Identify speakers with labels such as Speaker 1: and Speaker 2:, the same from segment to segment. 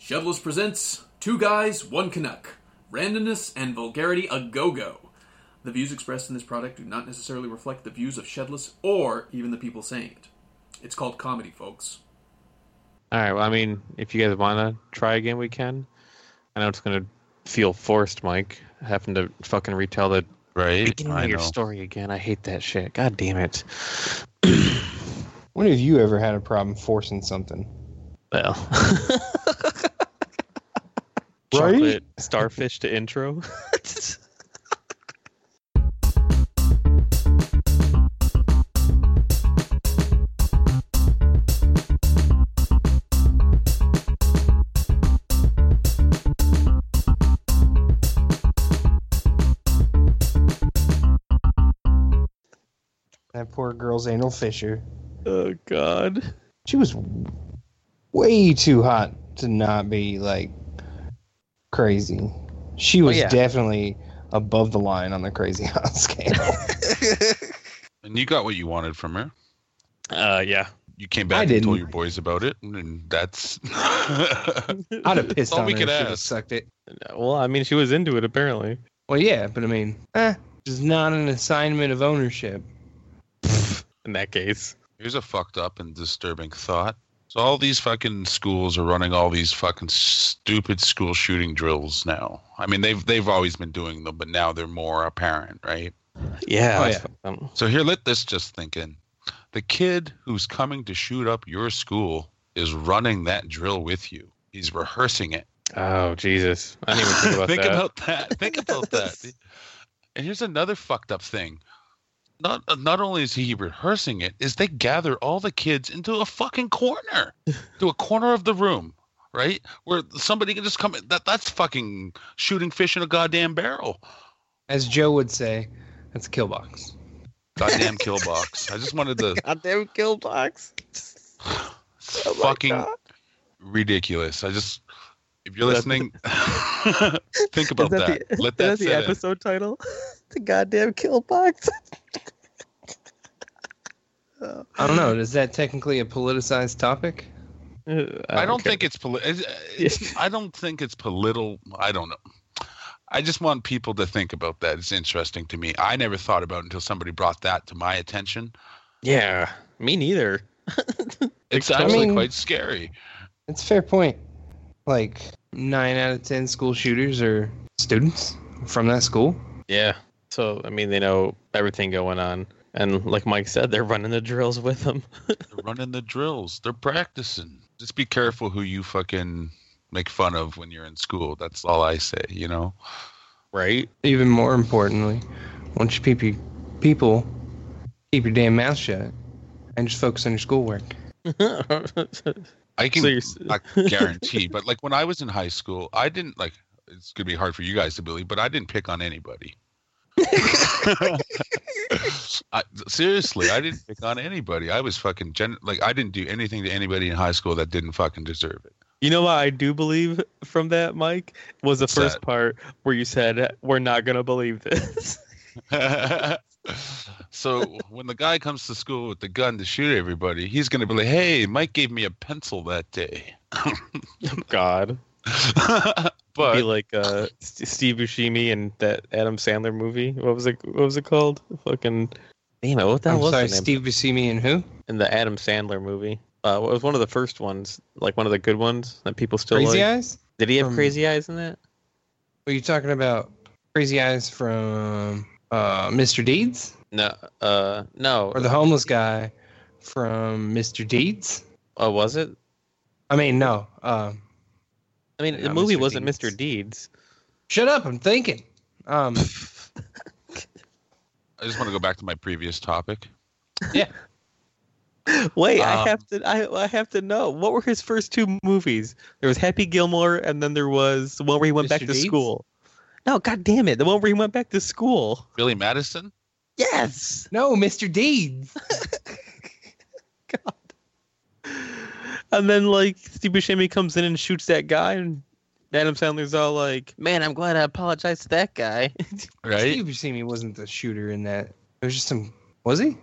Speaker 1: Shedlers presents Two Guys, One Canuck Randomness and Vulgarity a Go Go. The views expressed in this product do not necessarily reflect the views of Shedless or even the people saying it. It's called comedy, folks.
Speaker 2: All right. Well, I mean, if you guys want to try again, we can. I know it's going to feel forced, Mike, having to fucking retell the
Speaker 3: Right?
Speaker 2: beginning
Speaker 3: I
Speaker 2: of your
Speaker 3: know.
Speaker 2: story again. I hate that shit. God damn it.
Speaker 4: When have you ever had a problem forcing something?
Speaker 2: Well.
Speaker 4: Right?
Speaker 2: Chocolate starfish to intro.
Speaker 4: That poor girl's anal fissure.
Speaker 2: oh God.
Speaker 4: She was way too hot to not be like crazy. She was
Speaker 2: yeah.
Speaker 4: definitely above the line on the crazy hot scale.
Speaker 3: And you got what you wanted from her.
Speaker 2: Uh, yeah.
Speaker 3: You came
Speaker 4: I
Speaker 3: back and
Speaker 4: didn't.
Speaker 3: told your boys about it, and that's
Speaker 4: I'd have pissed
Speaker 3: All
Speaker 4: on
Speaker 3: we
Speaker 4: her.
Speaker 3: could
Speaker 4: if she'd have
Speaker 3: ask.
Speaker 4: sucked it.
Speaker 2: Well, I mean, she was into it apparently.
Speaker 4: Well, yeah, but I mean, eh, just not an assignment of ownership.
Speaker 2: In that case.
Speaker 3: here's a fucked up and disturbing thought. So all these fucking schools are running all these fucking stupid school shooting drills now. I mean, they've they've always been doing them, but now they're more apparent, right?
Speaker 2: Yeah.
Speaker 4: Oh,
Speaker 2: that's
Speaker 4: yeah.
Speaker 2: fucked up.
Speaker 3: So here, let this just think in. The kid who's coming to shoot up your school is running that drill with you. He's rehearsing it.
Speaker 2: Oh, Jesus. I didn't even think about that.
Speaker 3: about that. Think about that. And here's another fucked up thing. Not not only is he rehearsing it, is they gather all the kids into a fucking corner, to a corner of the room, right? Where somebody can just come. in. That that's fucking shooting fish in a goddamn barrel,
Speaker 4: As Joe would say, that's a kill box.
Speaker 3: goddamn kill box. I just wanted to
Speaker 2: Goddamn kill box.
Speaker 3: it's
Speaker 2: Oh my
Speaker 3: fucking
Speaker 2: God.
Speaker 3: ridiculous. I just if you're
Speaker 2: That's-
Speaker 3: listening, think about that. Let that sit in.
Speaker 2: title? the goddamn kill box.
Speaker 4: I don't know. Is that technically a politicized topic?
Speaker 2: Uh,
Speaker 3: I don't think it's political. I don't think it's political. I don't know. I just want people to think about that. It's interesting to me. I never thought about it until somebody brought that to my attention.
Speaker 2: Yeah, me neither.
Speaker 3: It's
Speaker 2: I
Speaker 3: actually
Speaker 4: mean-
Speaker 3: quite scary.
Speaker 4: That's a fair point. Like nine out of ten school shooters are students from that school.
Speaker 2: Yeah. So I mean, they know everything going on, and like Mike said, they're running the drills with them.
Speaker 3: They're running the drills. They're practicing. Just be careful who you fucking make fun of when you're in school. That's all I say. You know.
Speaker 2: Right.
Speaker 4: Even more importantly, once you peep your people, keep your damn mouth shut and just focus on your schoolwork.
Speaker 3: I can
Speaker 2: So you're s-
Speaker 3: not guarantee, but like when I was in high school, I didn't like. It's gonna be hard for you guys to believe, but I didn't pick on anybody. I, seriously, I didn't pick on anybody. I was fucking gen- like I didn't do anything to anybody in high school that didn't fucking deserve it.
Speaker 2: you know what I do believe from that, Mike, was the
Speaker 3: What's
Speaker 2: first
Speaker 3: that?
Speaker 2: part where you said we're not gonna believe this.
Speaker 3: so when the guy comes to school with the gun to shoot everybody, he's gonna be like, "Hey, Mike gave me a pencil that day."
Speaker 2: God.
Speaker 3: but
Speaker 2: be like uh, S- Steve Buscemi and that Adam Sandler movie. What was it? What was it called? Fucking damn it! What the hell
Speaker 4: I'm
Speaker 2: was
Speaker 4: sorry,
Speaker 2: the name?
Speaker 4: Steve Buscemi and who?
Speaker 2: in the Adam Sandler movie? Uh, it was one of the first ones, like one of the good ones that people still
Speaker 4: Crazy
Speaker 2: like.
Speaker 4: Eyes?
Speaker 2: Did he have
Speaker 4: Um,
Speaker 2: crazy eyes in that?
Speaker 4: Were you talking about Crazy Eyes from uh, Mr. Deeds?
Speaker 2: No, uh, no.
Speaker 4: Or the homeless guy from Mr. Deeds?
Speaker 2: Oh, was it?
Speaker 4: I mean, no. Uh,
Speaker 2: I mean, the
Speaker 4: Not
Speaker 2: movie
Speaker 4: Mr.
Speaker 2: wasn't
Speaker 4: Deeds.
Speaker 2: Mr. Deeds.
Speaker 4: shut up, I'm thinking. Um,
Speaker 3: I just want to go back to my previous topic.
Speaker 2: Wait,
Speaker 3: Um,
Speaker 2: I have to. I, I have to know what were his first two movies? There was Happy Gilmore, and then there was the one where he went back
Speaker 4: Mr.
Speaker 2: to
Speaker 4: Deeds?
Speaker 2: school. No, god damn it! The one where he went back to school.
Speaker 3: Billy Madison.
Speaker 2: Yes.
Speaker 4: no, Mr. Deeds.
Speaker 2: And then like Steve Buscemi comes in and shoots that guy, and Adam Sandler's all like, "Man, I'm glad I apologized to that guy."
Speaker 3: right?
Speaker 4: Steve Buscemi wasn't the shooter in that. It was just some. Was he?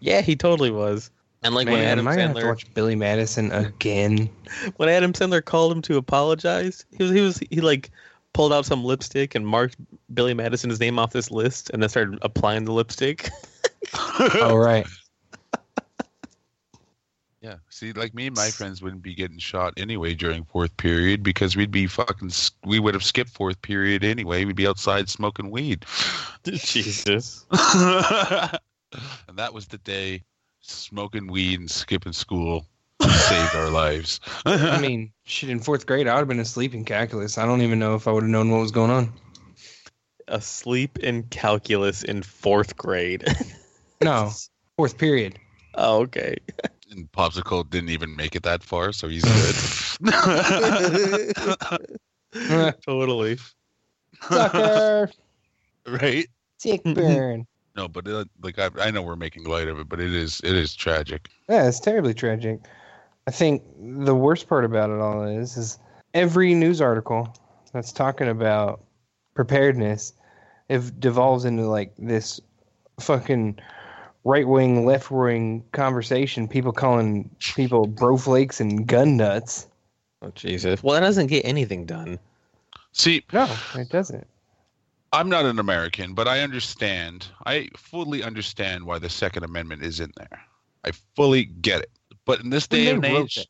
Speaker 2: yeah, he totally was. And like when
Speaker 4: Man,
Speaker 2: Adam
Speaker 4: am I gonna have
Speaker 2: Sandler
Speaker 4: to watch Billy Madison again?
Speaker 2: when Adam Sandler called him to apologize, he was he was he like pulled out some lipstick and marked Billy Madison's name off this list and then started applying the lipstick.
Speaker 4: oh right.
Speaker 3: Yeah. See, like me and my friends wouldn't be getting shot anyway during fourth period because we'd be fucking, s- we would have skipped fourth period anyway. We'd be outside smoking weed.
Speaker 2: Jesus.
Speaker 3: and that was the day smoking weed and skipping school saved our lives.
Speaker 4: I mean, shit. In fourth grade, I would have been asleep in calculus. I don't even know if I would have known what was going on.
Speaker 2: Asleep in calculus in fourth grade.
Speaker 4: No, fourth period.
Speaker 2: oh, okay.
Speaker 3: and Popsicle didn't even make it that far, so he's good.
Speaker 4: Eh,
Speaker 2: totally.
Speaker 4: Sucker,
Speaker 3: right?
Speaker 4: dick burn.
Speaker 3: No, but uh, like I, I know we're making light of it, but it is it is tragic.
Speaker 4: Yeah, it's terribly tragic. I think the worst part about it all is is every news article that's talking about preparedness it devolves into like this fucking right wing, left wing conversation, people calling people bro flakes and gun nuts.
Speaker 2: Oh Jesus. Well, that doesn't get anything done.
Speaker 3: See,
Speaker 4: No, it doesn't.
Speaker 3: I'm not an American, but I understand. I fully understand why the Second Amendment is in there. I fully get it. But in this
Speaker 4: When
Speaker 3: day
Speaker 4: they
Speaker 3: and
Speaker 4: wrote
Speaker 3: age,
Speaker 4: it.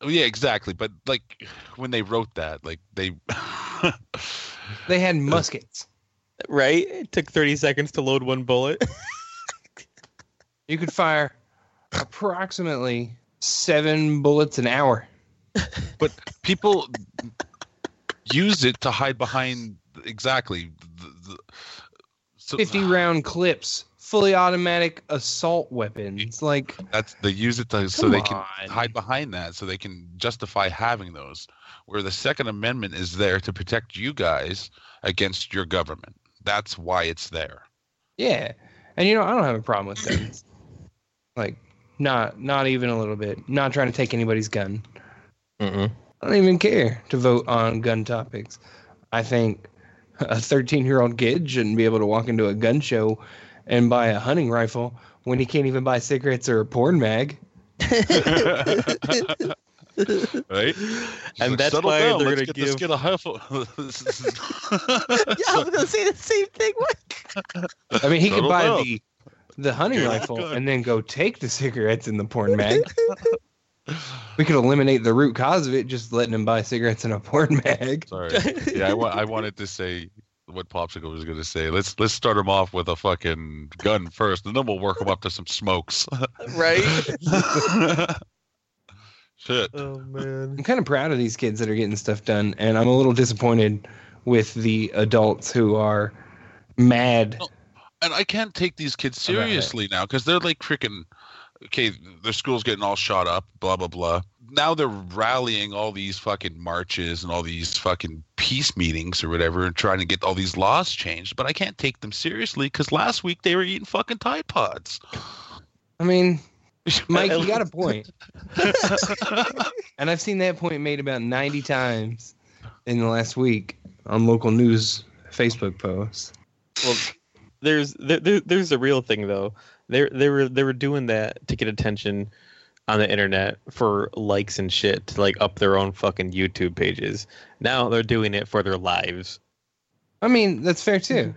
Speaker 3: Oh, yeah, exactly. But like when they wrote that, like they,
Speaker 4: They had muskets.
Speaker 2: Right? It took 30 seconds to load one bullet.
Speaker 4: You could fire approximately seven bullets an hour.
Speaker 3: but people used it to hide behind exactly. The, the, so-
Speaker 4: 50 round clips, fully automatic assault weapons. Like,
Speaker 3: That's they use it to, so
Speaker 4: Come
Speaker 3: they can
Speaker 4: on.
Speaker 3: hide behind that, so they can justify having those. Where the Second Amendment is there to protect you guys against your government. That's why it's there.
Speaker 4: yeah. And you know, I don't have a problem with guns. like, not not even a little bit. Not trying to take anybody's gun.
Speaker 2: Mm-mm.
Speaker 4: I don't even care to vote on gun topics. I think a 13 year old kid shouldn't be able to walk into a gun show and buy a hunting rifle when he can't even buy cigarettes or a porn mag.
Speaker 3: right?
Speaker 2: And that's why they're
Speaker 3: Let's
Speaker 2: gonna
Speaker 3: get this
Speaker 2: give-
Speaker 3: kid a rifle.
Speaker 2: Yeah, I was gonna say the same thing.
Speaker 4: I mean, he could
Speaker 3: Settle
Speaker 4: buy
Speaker 3: down.
Speaker 4: the the hunting
Speaker 3: Get a
Speaker 4: rifle
Speaker 3: gun.
Speaker 4: and then go take the cigarettes in the porn mag. We could eliminate the root cause of it, just letting him buy cigarettes in a porn mag.
Speaker 3: Sorry. Yeah, I, wa- I wanted to say what Popsicle was going to say. Let's let's start him off with a fucking gun first, and then we'll work him up to some smokes.
Speaker 2: right?
Speaker 3: Shit.
Speaker 2: Oh man.
Speaker 4: I'm kind of proud of these kids that are getting stuff done, and I'm a little disappointed with the adults who are mad.
Speaker 3: Oh. and I can't take these kids
Speaker 4: About it.
Speaker 3: seriously now because they're like freaking okay, their school's getting all shot up, blah blah blah. Now they're rallying all these fucking marches and all these fucking peace meetings or whatever, and trying to get all these laws changed. But I can't take them seriously because last week they were eating fucking Tide Pods.
Speaker 4: I mean, Mike, you got a point,
Speaker 3: I
Speaker 4: and I've seen that point made about 90 times in the last week on local news Facebook posts.
Speaker 2: Well, there's there, there, there's a real thing though. They they were they were doing that to get attention on the internet for likes and shit to like up their own fucking YouTube pages. Now they're doing it for their lives.
Speaker 4: I mean, that's fair too.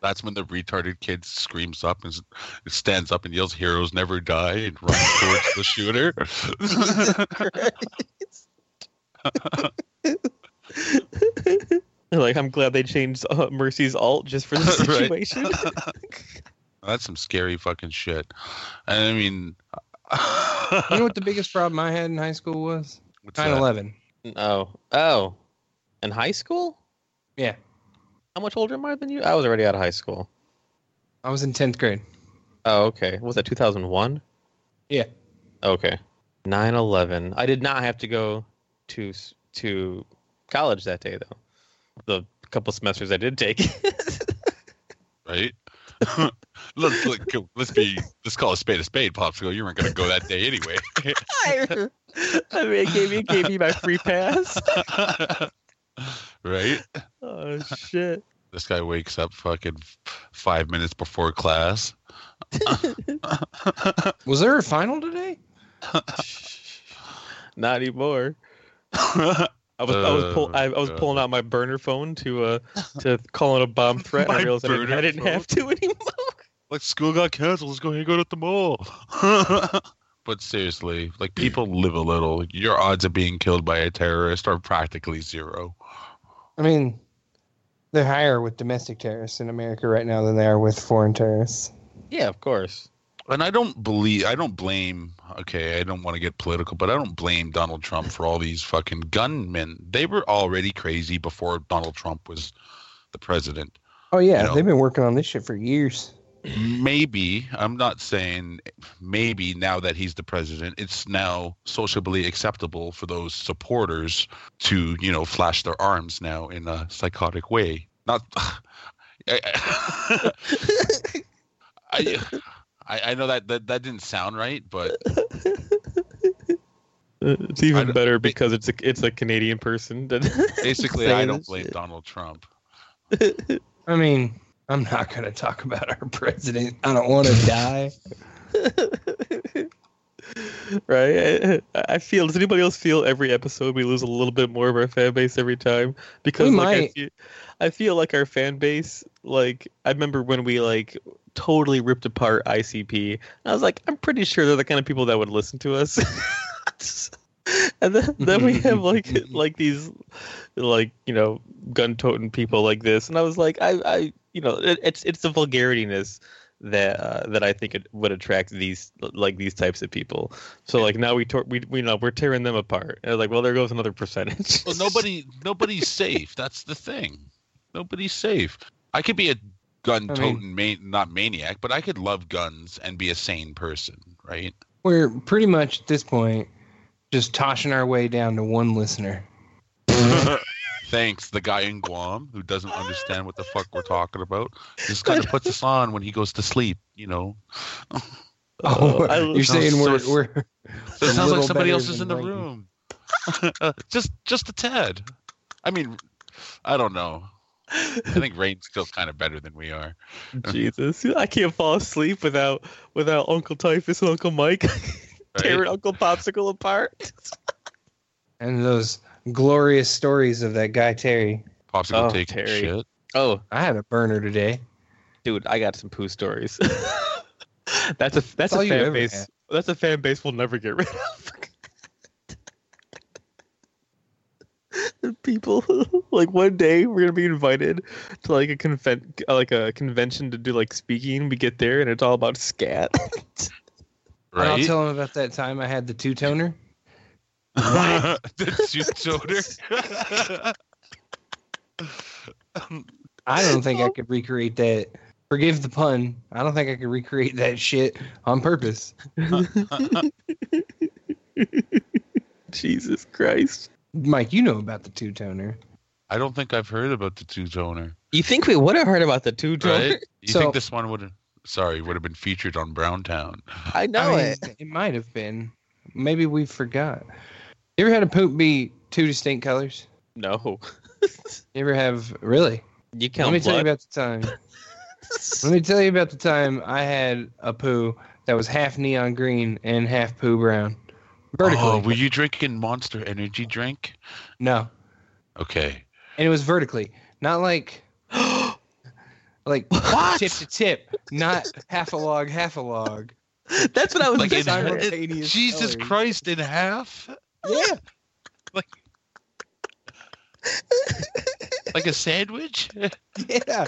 Speaker 3: That's when the retarded kid screams up and s- stands up and yells, "Heroes never die!" and runs towards the shooter.
Speaker 2: They're like, I'm glad they changed uh, Mercy's alt just for this
Speaker 3: Right.
Speaker 2: situation.
Speaker 3: That's some scary fucking shit. And I mean,
Speaker 4: You know what the biggest problem I had in high school was?
Speaker 3: what's
Speaker 4: 9
Speaker 3: that?
Speaker 4: 11.
Speaker 2: oh oh, in high school?
Speaker 4: Yeah.
Speaker 2: How much older am I than you? I was already out of high school.
Speaker 4: I was in 10th grade.
Speaker 2: Oh okay. What Was that 2001?
Speaker 4: Yeah.
Speaker 2: Okay. 9/11. I did not have to go to s- to college that day though. The couple semesters I did take.
Speaker 3: right? let's look, let's be let's call a spade a spade, popsicle. You weren't gonna go that day anyway.
Speaker 2: I, I mean, it gave me it gave me my free pass.
Speaker 3: right?
Speaker 2: Oh shit.
Speaker 3: This guy wakes up fucking five minutes before class.
Speaker 4: Was there a final today?
Speaker 2: Not anymore. I was I was pull, I, I was
Speaker 3: Uh,
Speaker 2: pulling out my burner phone to uh to call in a bomb threat. And I
Speaker 3: My
Speaker 2: realized I didn't, I
Speaker 3: burner
Speaker 2: didn't
Speaker 3: phone.
Speaker 2: have to anymore.
Speaker 3: like school got canceled. Let's go hang out at the mall. but seriously, like people live a little. Your odds of being killed by a terrorist are practically zero.
Speaker 4: I mean, they're higher with domestic terrorists in America right now than they are with foreign terrorists.
Speaker 2: Yeah, of course.
Speaker 3: And I don't believe, I don't blame, okay, I don't want to get political, but I don't blame Donald Trump for all these fucking gunmen. They were already crazy before Donald Trump was the president.
Speaker 4: Oh yeah,
Speaker 3: You know.
Speaker 4: they've been working on this shit for years.
Speaker 3: Maybe, I'm not saying maybe now that he's the president, it's now sociably acceptable for those supporters to, you know, flash their arms now in a psychotic way. Not, I, I, I- I know that, that that didn't sound right, but
Speaker 2: It's
Speaker 3: I
Speaker 2: even
Speaker 3: don't-
Speaker 2: better because it's a it's a Canadian person. that-
Speaker 3: Basically,
Speaker 2: saying
Speaker 3: I don't
Speaker 2: this
Speaker 3: blame
Speaker 2: shit.
Speaker 3: Donald Trump.
Speaker 4: I mean, I'm not gonna talk about our president. I don't want to die.
Speaker 2: right? I, I feel. Does anybody else feel every episode we lose a little bit more of our fan base every time? Because
Speaker 4: We
Speaker 2: like I
Speaker 4: might.
Speaker 2: feel, I feel like our fan base. Like I remember when we like totally ripped apart ICP. I was like, I'm pretty sure they're the kind of people that would listen to us. and then, then we have like like these like you know gun toting people like this, and I was like, I I you know it, it's it's the vulgarityness that uh, that I think it would attract these like these types of people. So like now we tor- we we know we're tearing them apart. And like well there goes another percentage.
Speaker 3: Well, nobody, nobody's safe. That's the thing. Nobody's safe. I could be a gun-toting, man- not maniac, but I could love guns and be a sane person, right?
Speaker 4: We're pretty much at this point just tossing our way down to one listener.
Speaker 3: Thanks, the guy in Guam who doesn't understand what the fuck we're talking about. Just kind of puts us on when he goes to sleep, you know. Oh,
Speaker 2: Uh, I-
Speaker 4: you're saying
Speaker 3: so
Speaker 4: we're,
Speaker 3: it's-
Speaker 4: we're
Speaker 3: So it
Speaker 4: A
Speaker 3: sounds like
Speaker 4: little
Speaker 3: somebody
Speaker 4: better
Speaker 3: else is in
Speaker 4: than
Speaker 3: the
Speaker 4: Mikey.
Speaker 3: room. Uh, just, just a tad. I mean, I don't know. I think Rain's still kind of better than we are.
Speaker 2: Jesus, I can't fall asleep without without Uncle Typhus and Uncle Mike
Speaker 3: right?
Speaker 2: tearing Uncle Popsicle apart.
Speaker 4: and those glorious stories of that guy Terry.
Speaker 2: Oh,
Speaker 3: Popsicle taking
Speaker 2: Terry.
Speaker 3: shit.
Speaker 2: Oh,
Speaker 4: I had a burner today.
Speaker 2: dude, I got some poo stories. that's a that's,
Speaker 4: all
Speaker 2: a
Speaker 4: you
Speaker 2: fan
Speaker 4: ever
Speaker 2: base.
Speaker 4: had.
Speaker 2: That's a fan base we'll never get rid of. The People like one day we're gonna be invited to like a conven- uh, like a convention to do like speaking. We get there and it's all about scat.
Speaker 4: And I'll
Speaker 3: Right?
Speaker 4: tell him about that time I had the two toner.
Speaker 3: the two toter.
Speaker 4: I don't think I could recreate that. Forgive the pun. I don't think I could recreate that shit on purpose.
Speaker 2: Jesus Christ!
Speaker 4: Mike, you know about the two toner.
Speaker 3: I don't think I've heard about the two toner.
Speaker 2: You think we would have heard about the two
Speaker 3: Right? You
Speaker 4: So-
Speaker 3: think this one would have? Sorry, would have been featured on Browntown.
Speaker 2: I know it.
Speaker 4: It might have been. Maybe we forgot. You ever had a poop be two distinct colors?
Speaker 2: No,
Speaker 4: You ever have really?
Speaker 2: you
Speaker 4: Let
Speaker 2: count
Speaker 4: me
Speaker 2: blood.
Speaker 4: tell you about the time. Let me tell you about the time I had a poo that was half neon green and half poo brown. Vertically.
Speaker 3: Oh, were you drinking Monster Energy drink?
Speaker 4: no.
Speaker 3: Okay.
Speaker 4: And it was vertically. Not like like
Speaker 2: What?
Speaker 4: tip to tip. Not half a log, half a log.
Speaker 2: That's what I was
Speaker 3: Like in
Speaker 2: thinking.
Speaker 4: Simultaneous
Speaker 3: Jesus
Speaker 4: colors.
Speaker 3: Christ, in half,
Speaker 4: Yeah.
Speaker 3: like a sandwich.
Speaker 4: Yeah.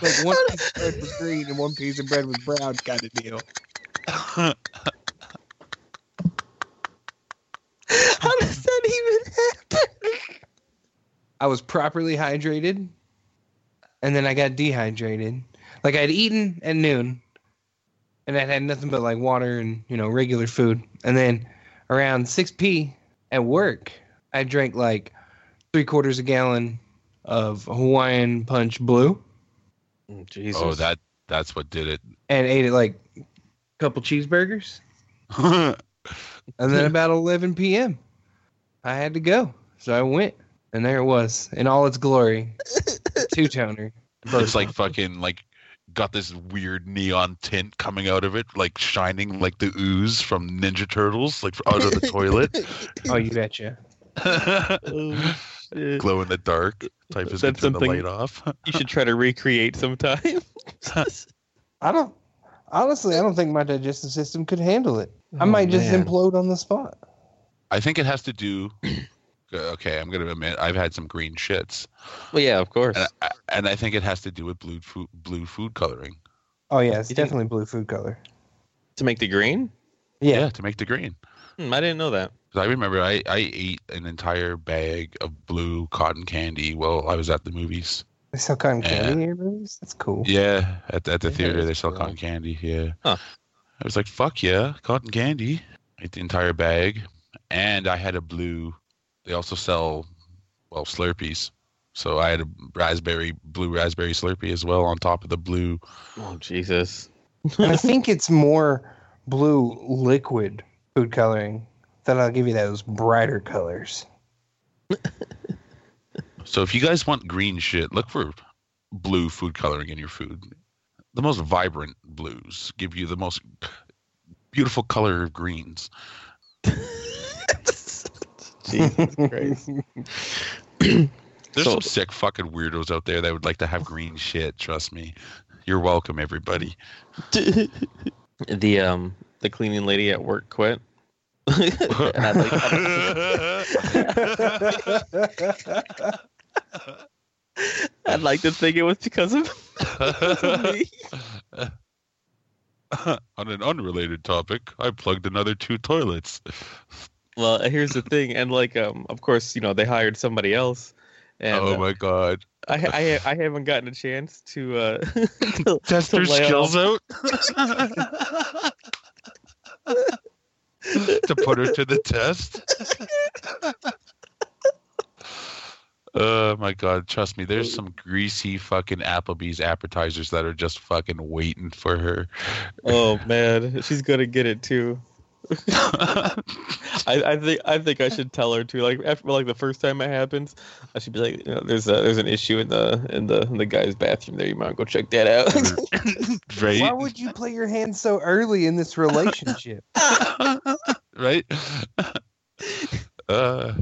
Speaker 4: Like one piece of bread was green and one piece of bread was brown kind of deal.
Speaker 3: Oh,
Speaker 2: How does that even happen?
Speaker 4: I was properly hydrated and then I got dehydrated. Like I'd eaten at noon and I'd had nothing but like water and, you know, regular food. And then around 6p at work, I drank like three quarters a gallon of Hawaiian Punch Blue
Speaker 2: Jesus.
Speaker 3: Oh, that that's what did it.
Speaker 4: and ate it like a couple cheeseburgers. And then about 11 p.m., I had to go. So I went, and there it was in all its glory. Two toner.
Speaker 3: it's like fucking like got this weird neon tint coming out of it, like shining like the ooze from Ninja Turtles, like out of the toilet,
Speaker 4: Oh, you betcha.
Speaker 2: you
Speaker 3: glow in the dark. Type is
Speaker 2: That's
Speaker 3: turn the
Speaker 2: something-
Speaker 3: light off.
Speaker 2: should try to recreate sometime.
Speaker 4: I don't. Honestly, I don't think my digestive system could handle it. I might just implode on the spot.
Speaker 3: I think it has to do. uh, Okay, I'm gonna admit I've had some green shits,
Speaker 2: Well, yeah, of course.
Speaker 3: and I, and I think it has to do with blue food, blue food coloring.
Speaker 4: Oh yeah, it's
Speaker 2: You think-
Speaker 4: definitely blue food color.
Speaker 2: to make the green?
Speaker 4: Yeah.
Speaker 3: to make the green.
Speaker 2: Hmm, I didn't know that.
Speaker 3: 'Cause I remember I, I ate an entire bag of blue cotton candy while I was at the movies.
Speaker 4: They sell cotton
Speaker 3: Yeah.
Speaker 4: candy in movies. That's cool.
Speaker 3: Yeah, at the, at the
Speaker 2: Yeah,
Speaker 3: theater they
Speaker 2: that's
Speaker 3: sell
Speaker 2: cool.
Speaker 3: cotton candy. Yeah,
Speaker 2: Huh.
Speaker 3: I was like, "Fuck yeah, cotton candy!" Ate the entire bag, and I had a blue. They also sell, well, Slurpees. So I had a raspberry, blue raspberry Slurpee as well on top of the blue.
Speaker 2: Oh Jesus.
Speaker 4: and I think it's more blue liquid food coloring that'll give you those brighter colors.
Speaker 3: So if you guys want green shit, look for blue food coloring in your food. The most vibrant blues give you the most beautiful color of greens.
Speaker 2: Jesus Christ.
Speaker 3: There's
Speaker 2: So-
Speaker 3: some sick fucking weirdos out there that would like to have green shit. Trust me. You're welcome, everybody.
Speaker 2: the um the cleaning lady at work quit. and I like, I I'd like to think it was because of me.
Speaker 3: On an unrelated topic, I plugged another two toilets.
Speaker 2: Well, uh, here's the thing, and like, um, of course, you know, they hired somebody else, and
Speaker 3: oh
Speaker 2: uh,
Speaker 3: my god.
Speaker 2: I, I, I haven't gotten a chance to uh, to,
Speaker 3: Test
Speaker 2: to
Speaker 3: their
Speaker 2: lay
Speaker 3: skills
Speaker 2: off.
Speaker 3: out. to put her to the test. Oh my god, trust me, there's some greasy fucking Applebee's appetizers that are just fucking waiting for her.
Speaker 2: Oh man, she's gonna get it too. I, I think I think I should tell her too. Like after like the first time it happens, I should be like, you know, there's a there's an issue in the in the in the guy's bathroom there. You might go check that
Speaker 4: Mm-hmm.
Speaker 2: out.
Speaker 3: right?
Speaker 4: Why would you play your hand so early in this relationship?
Speaker 3: right? uh,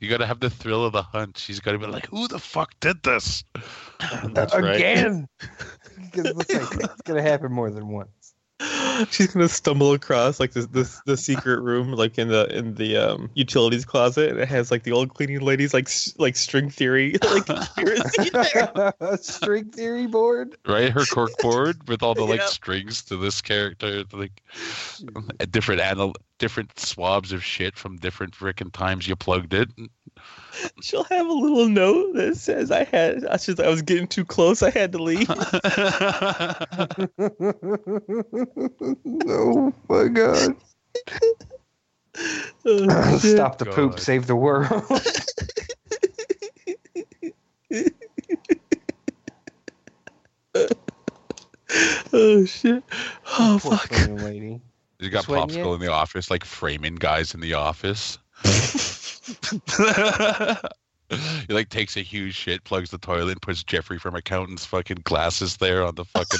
Speaker 3: you gotta have the thrill of the hunt. She's gotta be like, "Who the fuck did this?"
Speaker 2: That's right.
Speaker 4: Again. Because let's face it, it's gonna happen more than once.
Speaker 2: She's gonna stumble across like this this the secret room like in the in the um utilities closet and it has like the old cleaning ladies like s- like string theory like conspiracy there.
Speaker 4: String theory board.
Speaker 3: Right? Her cork board with all the like
Speaker 2: Yeah.
Speaker 3: strings to this character, like different anal- different swabs of shit from different frickin' times you plugged it.
Speaker 2: She'll have a little note that says I had I just I was getting too close, I had to leave.
Speaker 4: oh my god.
Speaker 2: Oh, shit.
Speaker 4: Stop the poop,
Speaker 3: God.
Speaker 4: save the world.
Speaker 2: Oh shit. Oh fuck.
Speaker 4: Poor lady.
Speaker 3: You got
Speaker 4: Sweating
Speaker 3: popsicle
Speaker 4: yet?
Speaker 3: in the office, like framing guys in the office. he like takes a huge shit, plugs the toilet, and puts Jeffrey from accountant's fucking glasses there on the fucking.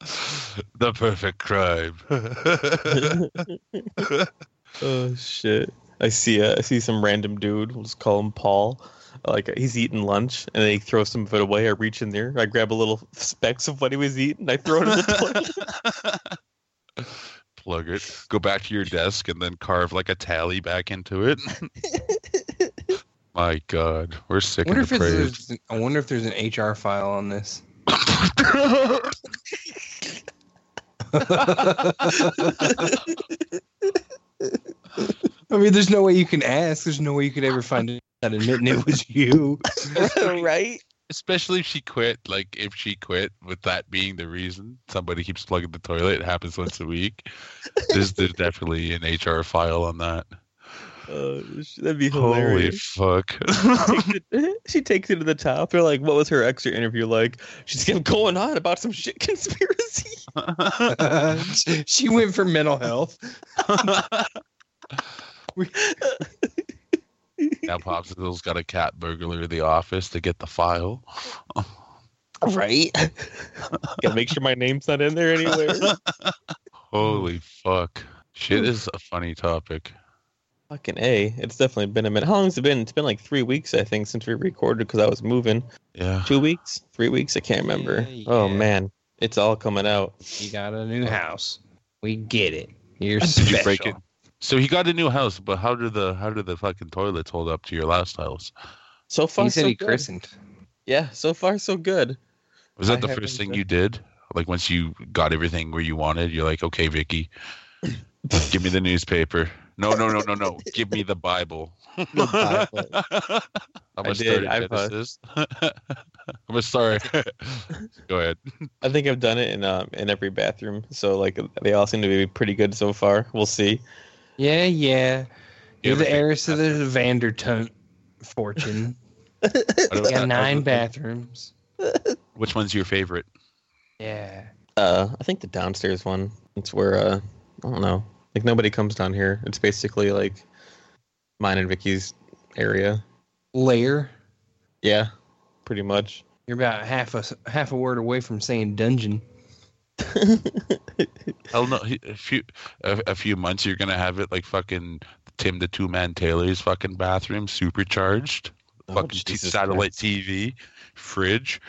Speaker 3: the perfect crime.
Speaker 2: Oh shit. I see uh, I see some random dude, we'll just call him Paul. Like he's eating lunch and then he throws some of it away. I reach in there, I grab a little specks of what he was eating, I throw it in the toilet.
Speaker 3: Plug it. Go back to your desk and then carve like a tally back into it. My God, we're sick
Speaker 4: wonder
Speaker 3: and
Speaker 4: if it's
Speaker 3: depraved.
Speaker 4: there's- I wonder if there's an HR file on this. I mean, there's no way you can ask. There's no way you could ever find out admitting it was you.
Speaker 2: right?
Speaker 3: especially if she quit like if she quit with that being the reason somebody keeps plugging the toilet it happens once a week there's, there's definitely an hr file on that
Speaker 2: Uh, sh- that'd be
Speaker 3: holy
Speaker 2: hilarious.
Speaker 3: fuck
Speaker 2: Takes it- she takes it to the top. They're like, "What was her extra interview like?" She's kept going on about some shit conspiracy.
Speaker 4: she went for mental health.
Speaker 3: Now Popsicle's got a cat burglar in the office to get the file.
Speaker 2: right? Gotta make sure my name's not in there anywhere.
Speaker 3: Holy fuck. Shit is a funny topic.
Speaker 2: Fucking a! It's definitely been a minute. How long has it been? It's been like three weeks, I think, since we recorded because I was moving.
Speaker 3: Yeah.
Speaker 2: Two weeks, three weeks. I can't remember.
Speaker 4: Yeah,
Speaker 2: Oh
Speaker 4: yeah.
Speaker 2: man, it's all coming out.
Speaker 4: You got a new house. We get it. You're
Speaker 3: Did
Speaker 4: special.
Speaker 3: you break it? So he got a new house, but how did the how did the fucking toilets hold up to your last house?
Speaker 2: So far,
Speaker 4: He said
Speaker 2: so
Speaker 4: he
Speaker 2: good.
Speaker 4: christened.
Speaker 2: Yeah, so far so good.
Speaker 3: Was that
Speaker 2: I
Speaker 3: the
Speaker 2: haven't
Speaker 3: first thing
Speaker 2: been-
Speaker 3: you did? Like once you got everything where you wanted, you're like, okay, Vicky, give me the newspaper. No, no, no, no, no. Give me the Bible.
Speaker 2: Goodbye, but-
Speaker 3: I'm
Speaker 2: I
Speaker 3: a
Speaker 2: did,
Speaker 3: start
Speaker 2: I
Speaker 3: at
Speaker 2: thought-
Speaker 3: Genesis. I'm a sorry. Go ahead.
Speaker 2: I think I've done it in um in every bathroom. So like they all seem to be pretty good so far. We'll see.
Speaker 4: Yeah, yeah. You're the
Speaker 3: Everything.
Speaker 4: heiress of the Vandertunt fortune.
Speaker 3: I don't-
Speaker 4: You
Speaker 3: I
Speaker 4: got
Speaker 3: don't-
Speaker 4: nine bathrooms.
Speaker 3: Which one's your favorite?
Speaker 4: Yeah.
Speaker 2: Uh, I think the downstairs one. It's where uh, I don't know. Like nobody comes down here. It's basically like mine and Vicky's area.
Speaker 4: Lair.
Speaker 2: Yeah, pretty much.
Speaker 4: You're about half a s- half a word away from saying dungeon.
Speaker 3: Hell no. he- A few, a, a few months, you're gonna have it like fucking Tim the Two Man Taylor's fucking bathroom, supercharged,
Speaker 2: Oh,
Speaker 3: fucking t-
Speaker 2: Jesus
Speaker 3: satellite
Speaker 2: Christ.
Speaker 3: TV, fridge.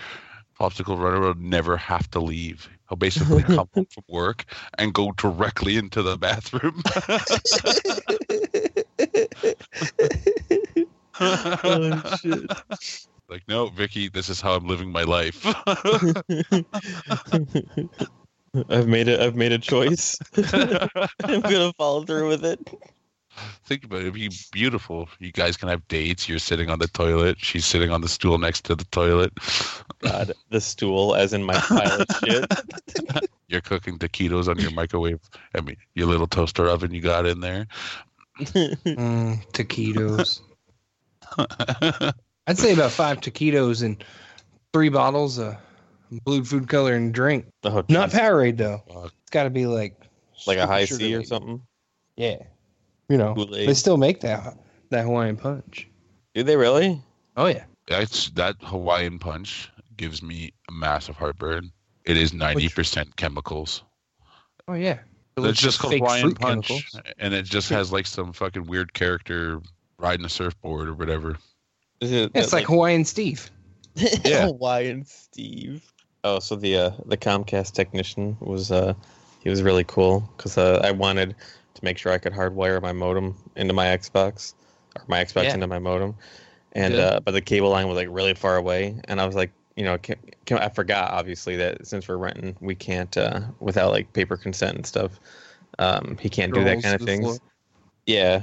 Speaker 3: Popsicle runner will never have to leave. He'll basically come home from work and go directly into the bathroom.
Speaker 2: Oh, shit.
Speaker 3: like, no, Vicky, this is how I'm living my life.
Speaker 2: I've made a I've made a choice. I'm gonna follow through with it.
Speaker 3: Think about it. It'd be beautiful. You guys can have dates. You're sitting on the toilet. She's sitting on the stool next to the toilet.
Speaker 2: God, the stool, as in my pile of shit.
Speaker 3: You're cooking taquitos on your microwave. I mean, your little toaster oven you got in there.
Speaker 4: Mm, taquitos. I'd say about five taquitos and three bottles of blue food color and drink.
Speaker 2: Oh,
Speaker 4: Not
Speaker 2: Jesus.
Speaker 4: Powerade though.
Speaker 3: Fuck.
Speaker 4: It's got to be like
Speaker 2: like a
Speaker 4: super
Speaker 2: high
Speaker 4: sugar
Speaker 2: C or
Speaker 4: laden.
Speaker 2: something.
Speaker 4: Yeah. You know,
Speaker 2: Kool-Aid.
Speaker 4: they still make that that Hawaiian punch.
Speaker 2: Do they really?
Speaker 4: Oh yeah.
Speaker 3: That's that Hawaiian punch gives me a massive heartburn. It is ninety percent chemicals.
Speaker 4: Oh yeah.
Speaker 3: It's just called Hawaiian
Speaker 4: fruit
Speaker 3: punch,
Speaker 4: chemicals.
Speaker 3: and it just has like some fucking weird character riding a surfboard or whatever.
Speaker 2: Is it,
Speaker 4: It's like Hawaiian Steve.
Speaker 3: Yeah.
Speaker 2: Hawaiian Steve. Oh, so the uh, the Comcast technician was uh, he was really cool because uh, I wanted to make sure I could hardwire my modem into my Xbox or my Xbox
Speaker 4: Yeah.
Speaker 2: into my modem, and
Speaker 4: Good.
Speaker 2: uh, but the cable line was like really far away, and I was like, you know, can, can, I forgot obviously that since we're renting, we can't uh, without like paper consent and stuff. Um, he can't do that
Speaker 4: Rolls
Speaker 2: kind
Speaker 4: to
Speaker 2: of
Speaker 4: the
Speaker 2: thing.
Speaker 4: floor.
Speaker 2: Yeah.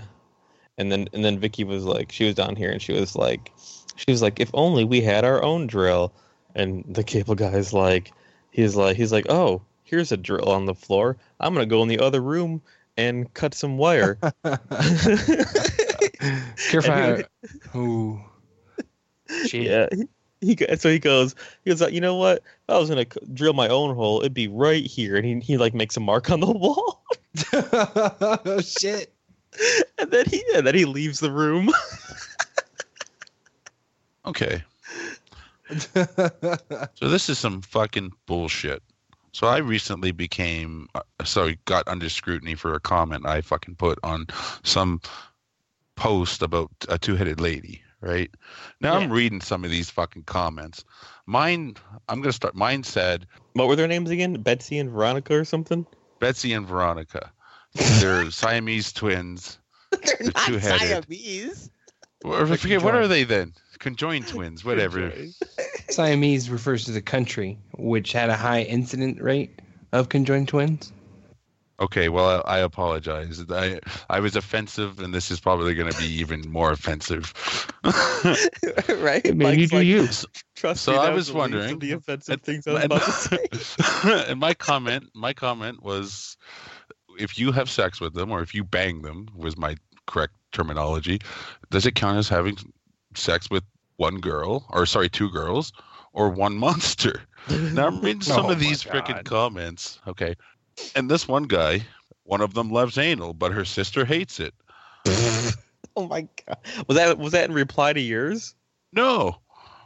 Speaker 2: And then and then Vicky was like she was down here and she was like she was like if only we had our own drill and the cable guy's like he's like he's like oh here's a drill on the floor I'm going to go in the other room and cut some wire.
Speaker 4: Careful.
Speaker 2: And
Speaker 4: how- Ooh. Shit.
Speaker 2: yeah. He, he go- so he goes he goes like you know what if I was going to drill my own hole it'd be right here and he he like makes a mark on the wall
Speaker 4: Shit.
Speaker 2: and then he and then he leaves the room.
Speaker 3: Okay. So this is some fucking bullshit. So I recently became uh, sorry got under scrutiny for a comment I fucking put on some post about a two-headed lady, right? Now I'm reading some of these fucking comments. Mine I'm going to start mine said
Speaker 2: what were their names again? Betsy and Veronica or something?
Speaker 3: Betsy and Veronica. They're Siamese twins.
Speaker 2: They're
Speaker 3: not two-headed.
Speaker 2: Siamese.
Speaker 3: Or I forget what are they then? Conjoined twins, whatever.
Speaker 4: Siamese refers to the country which had a high incident rate of conjoined twins.
Speaker 3: Okay, well, I, I apologize. I I was offensive, and this is probably going to be even more offensive.
Speaker 2: right? Mike's like, Trust
Speaker 3: So
Speaker 2: me,
Speaker 3: I
Speaker 2: that the
Speaker 3: was
Speaker 2: least of
Speaker 3: wondering-
Speaker 2: the offensive
Speaker 3: and-
Speaker 2: things I was
Speaker 3: and,
Speaker 2: about to say.
Speaker 3: and my comment, my comment was, if you have sex with them or if you bang them, was my correct terminology. Does it count as having sex with one girl, or sorry, two girls, or one monster? Now I'm reading some
Speaker 4: Oh
Speaker 3: of
Speaker 4: my
Speaker 3: these freaking
Speaker 4: God.
Speaker 3: comments. Okay, and this one guy, one of them loves anal, but her sister hates it.
Speaker 2: Oh my god. Was that was that in reply to yours?
Speaker 3: No,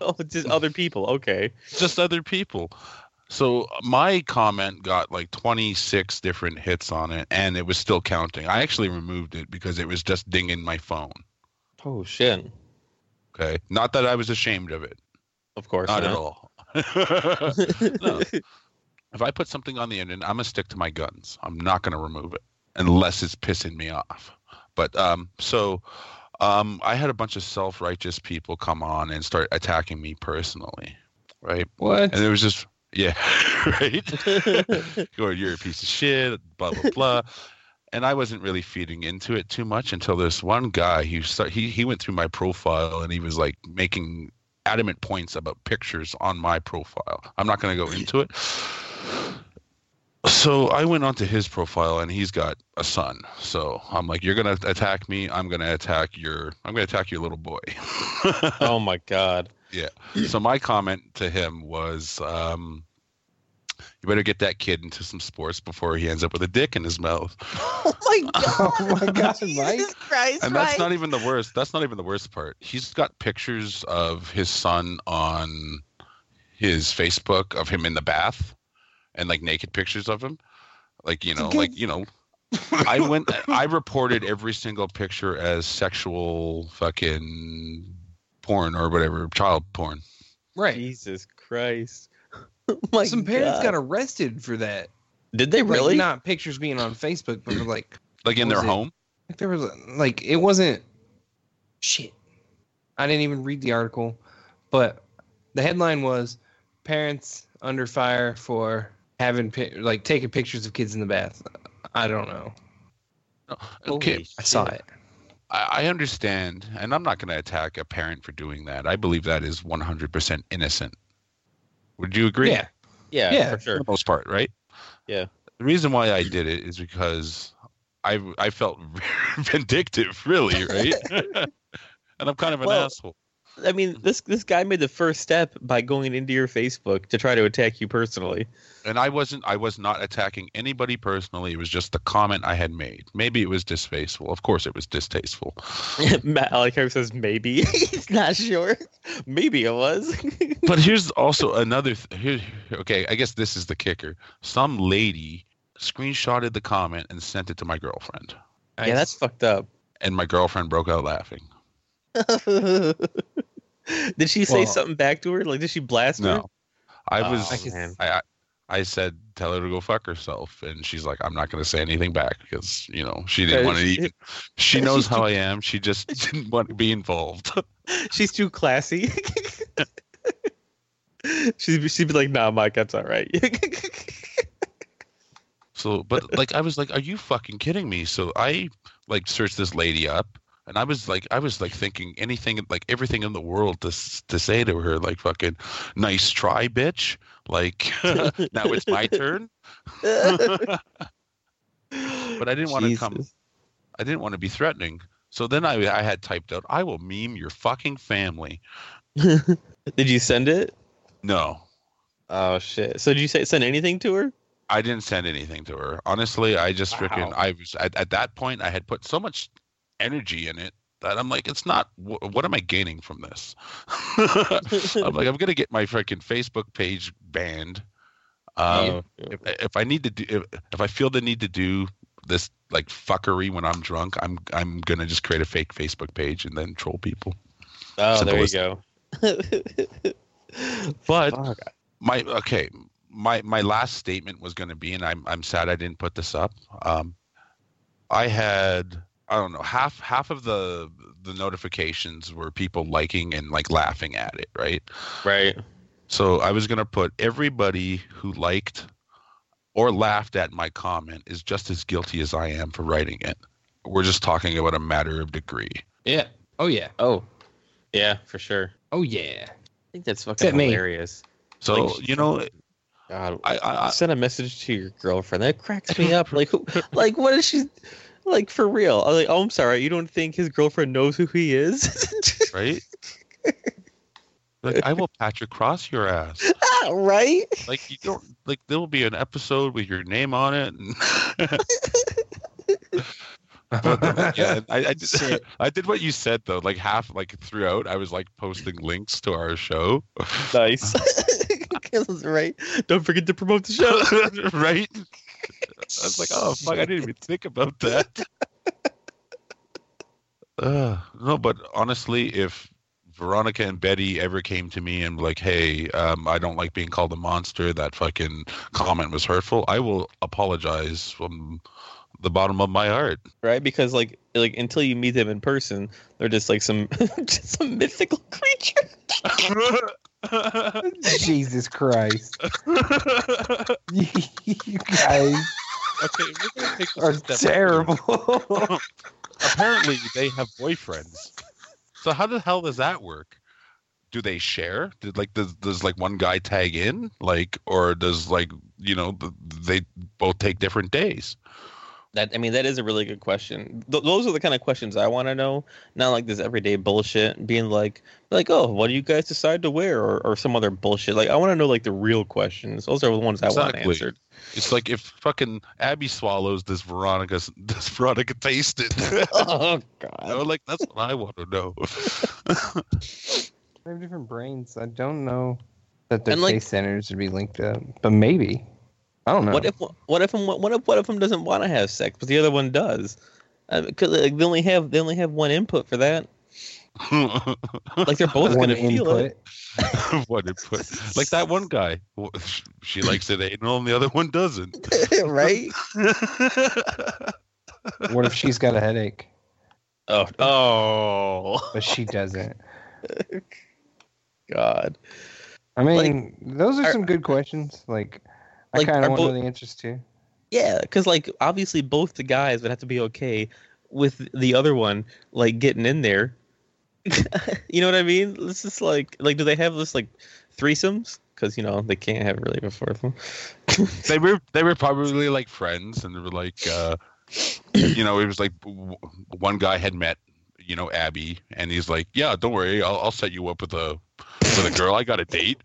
Speaker 2: Oh, it's just other people. Okay.
Speaker 3: just other people. So my comment got like 26 different hits on it, and it was still counting. I actually removed it because it was just dinging my phone.
Speaker 2: Oh shit.
Speaker 3: Okay, not that I was ashamed of it,
Speaker 2: Of course
Speaker 3: not
Speaker 2: not.
Speaker 3: at all. No. If I put something on the internet, I'm gonna stick to my guns. I'm not gonna remove it unless it's pissing me off. But um, so um, I had a bunch of self-righteous people come on and start attacking me personally, right?
Speaker 4: What?
Speaker 3: And it was just, yeah, right? or you're a piece of shit, blah, blah, blah. and I wasn't really feeding into it too much until this one guy, he, start, he, he went through my profile and he was like making adamant points about pictures on my profile. I'm not going to go into it. So I went onto his profile and he's got a son. So I'm like, you're going to attack me. I'm going to attack your, I'm going to attack your little boy.
Speaker 2: oh my god.
Speaker 3: so my comment to him was um, you better get that kid into some sports before he ends up with a dick in his mouth
Speaker 5: Oh my god.
Speaker 4: Oh my God, Mike.
Speaker 5: Jesus Christ,
Speaker 3: and
Speaker 5: Mike.
Speaker 3: that's not even the worst that's not even the worst part he's got pictures of his son on his facebook of him in the bath and like naked pictures of him like you know
Speaker 4: Okay.
Speaker 3: like you know i went i reported every single picture as sexual fucking porn or whatever child porn
Speaker 4: Right.
Speaker 2: Jesus Christ. Oh my
Speaker 4: Some parents
Speaker 2: God.
Speaker 4: got arrested for that.
Speaker 2: Did they
Speaker 4: Like,
Speaker 2: really?
Speaker 4: not pictures being on Facebook, but like,
Speaker 3: like in
Speaker 4: What
Speaker 3: their
Speaker 4: was it?
Speaker 3: home
Speaker 4: like there was like it wasn't shit. I didn't even read the article, but the headline was parents under fire for having pi- like taking pictures of kids in the bath. I don't know.
Speaker 3: Okay,
Speaker 2: Holy
Speaker 4: I saw
Speaker 2: shit.
Speaker 4: it.
Speaker 3: I, I understand, and I'm not going to attack a parent for doing that. I believe that is 100% innocent. Would you agree?
Speaker 4: Yeah.
Speaker 2: Yeah,
Speaker 4: Yeah.
Speaker 2: for
Speaker 3: for
Speaker 2: sure.
Speaker 3: the most part, right?
Speaker 2: Yeah.
Speaker 3: The reason why I did it is because I I felt vindictive, really, right? and I'm kind of an
Speaker 2: Well-
Speaker 3: asshole.
Speaker 2: I mean, this this guy made the first step by going into your Facebook to try to attack you personally.
Speaker 3: and I wasn't I was not attacking anybody personally. It was just the comment I had made. Maybe it was distasteful. Of course it was distasteful.
Speaker 2: Matt, I like how he says maybe he's not sure. Maybe it was.
Speaker 3: but here's also another th- here, okay i guess this is the kicker some lady screenshotted the comment and sent it to my girlfriend
Speaker 2: yeah, that's fucked up.
Speaker 3: and my girlfriend broke out laughing
Speaker 2: did she say
Speaker 4: Well-
Speaker 2: something back to her? Like, did she blast her?
Speaker 3: no i
Speaker 2: Oh,
Speaker 3: was
Speaker 4: I could-
Speaker 2: man.
Speaker 3: I, I i said tell her to go fuck herself and she's like i'm not going to say anything back because you know she didn't want to
Speaker 2: Because-
Speaker 3: eat she knows how i am she just didn't want to be involved
Speaker 2: She's too classy. she'd, be, she'd be like, nah, Mike, that's all right.
Speaker 3: So, but like, I was like, "Are you fucking kidding me?" So I like searched this lady up, and I was like, I was like thinking anything, like everything in the world to s- to say to her, like fucking nice try, bitch. Like now it's my turn, but I didn't want to come.
Speaker 2: Jesus.
Speaker 3: I didn't want to be threatening. So then I I had typed out, "I will meme your fucking family."
Speaker 2: did you send it?
Speaker 3: No,
Speaker 2: Oh, shit. So did you say send anything to her?
Speaker 3: I didn't send anything to her. Honestly, I just freaking
Speaker 2: Wow.
Speaker 3: I was at, at that point I had put so much energy in it that I'm like, it's not. Wh- what am I gaining from this? I'm like, I'm gonna get my freaking Facebook page banned. Um, if, if I need to do, if, if I feel the need to do this like fuckery when I'm drunk, I'm I'm gonna just create a fake Facebook page and then troll people.
Speaker 2: Oh,
Speaker 3: Simple
Speaker 2: there you
Speaker 3: as-
Speaker 2: go.
Speaker 3: But
Speaker 2: Fuck.
Speaker 3: my okay my my last statement was going to be and i'm i'm sad i didn't put this up um i had i don't know half half of the the notifications were people liking and like laughing at it right
Speaker 2: Right.
Speaker 3: so i was going to put everybody who liked or laughed at my comment is just as guilty as i am for writing it we're just talking about a matter of degree
Speaker 4: Yeah. Oh yeah.
Speaker 2: Oh, yeah, for sure.
Speaker 4: Oh yeah.
Speaker 2: I think that's fucking
Speaker 4: Except me.
Speaker 2: hilarious.
Speaker 3: so
Speaker 2: Like-
Speaker 3: you know
Speaker 2: God,
Speaker 3: I, I, I
Speaker 2: send a message to your girlfriend. That cracks me up. Like, who, like what is she? Like for real? I'm like, oh, I'm sorry. You don't think his girlfriend knows who he is?
Speaker 3: right like i will patrick cross your ass
Speaker 2: Ah, right?
Speaker 3: like you don't like there'll be an episode with your name on it and But the- yeah, I, I
Speaker 5: Shit.
Speaker 3: did. I did what you said though. Like half, like throughout, I was like posting links to our show,
Speaker 2: Nice. Kayla's right. Don't forget to promote the show.
Speaker 3: right? I was like, oh fuck, I didn't even think about that. uh, no, but honestly, if Veronica and Betty ever came to me and were like, hey, um, I don't like being called a monster. That fucking comment was hurtful. I will apologize from the bottom of my heart.
Speaker 2: right? Because like like until you meet them in person, they're just like some just some mythical creature.
Speaker 4: Jesus Christ. you guys
Speaker 3: Okay, we're gonna take this
Speaker 4: are
Speaker 3: a step
Speaker 4: terrible.
Speaker 3: apparently they have boyfriends. So how the hell does that work? Do they share? Did like does, does like one guy tag in like or does like you know th- they both take different days?
Speaker 2: That I mean, that is a really good question. Th- those are the kind of questions I want to know, not like this everyday bullshit. Being like, like, oh, what do you guys decide to wear, or, or some other bullshit. Like, I want to know like the real questions. Those are the ones I want
Speaker 3: Exactly.
Speaker 2: answered.
Speaker 3: It's like if fucking Abby swallows this Veronica's this Veronica tasted.
Speaker 2: Oh
Speaker 3: I
Speaker 2: god.
Speaker 3: was like that's what I want to know.
Speaker 4: They have different brains. I don't know that their
Speaker 2: And, like-
Speaker 4: taste centers would be linked up, but maybe. I don't know.
Speaker 2: What if what if one- what if one of them doesn't want to have sex, but the other one does? Uh, 'cause, like, they only have they only have one input for that. Like they're both
Speaker 4: One
Speaker 2: gonna feel it.
Speaker 3: what it put like that one guy. She likes it anal and the other one doesn't.
Speaker 2: right?
Speaker 4: What if she's got a headache,
Speaker 2: Oh, oh,
Speaker 4: but she doesn't?
Speaker 2: God!
Speaker 4: I mean, those are,
Speaker 2: are-
Speaker 4: some good questions. Like, I
Speaker 2: Like, are
Speaker 4: kind of want to
Speaker 2: bo-
Speaker 4: know the answers to.
Speaker 2: Yeah, because like obviously both the guys would have to be okay with the other one like getting in there. you know what I mean? It's just like like do they have this like threesomes? Because you know they can't have really a fourth one.
Speaker 3: they were they were probably like friends and they were like uh you know it was like w- one guy had met you know abby and he's like yeah don't worry i'll, I'll set you up with a with a girl i got a date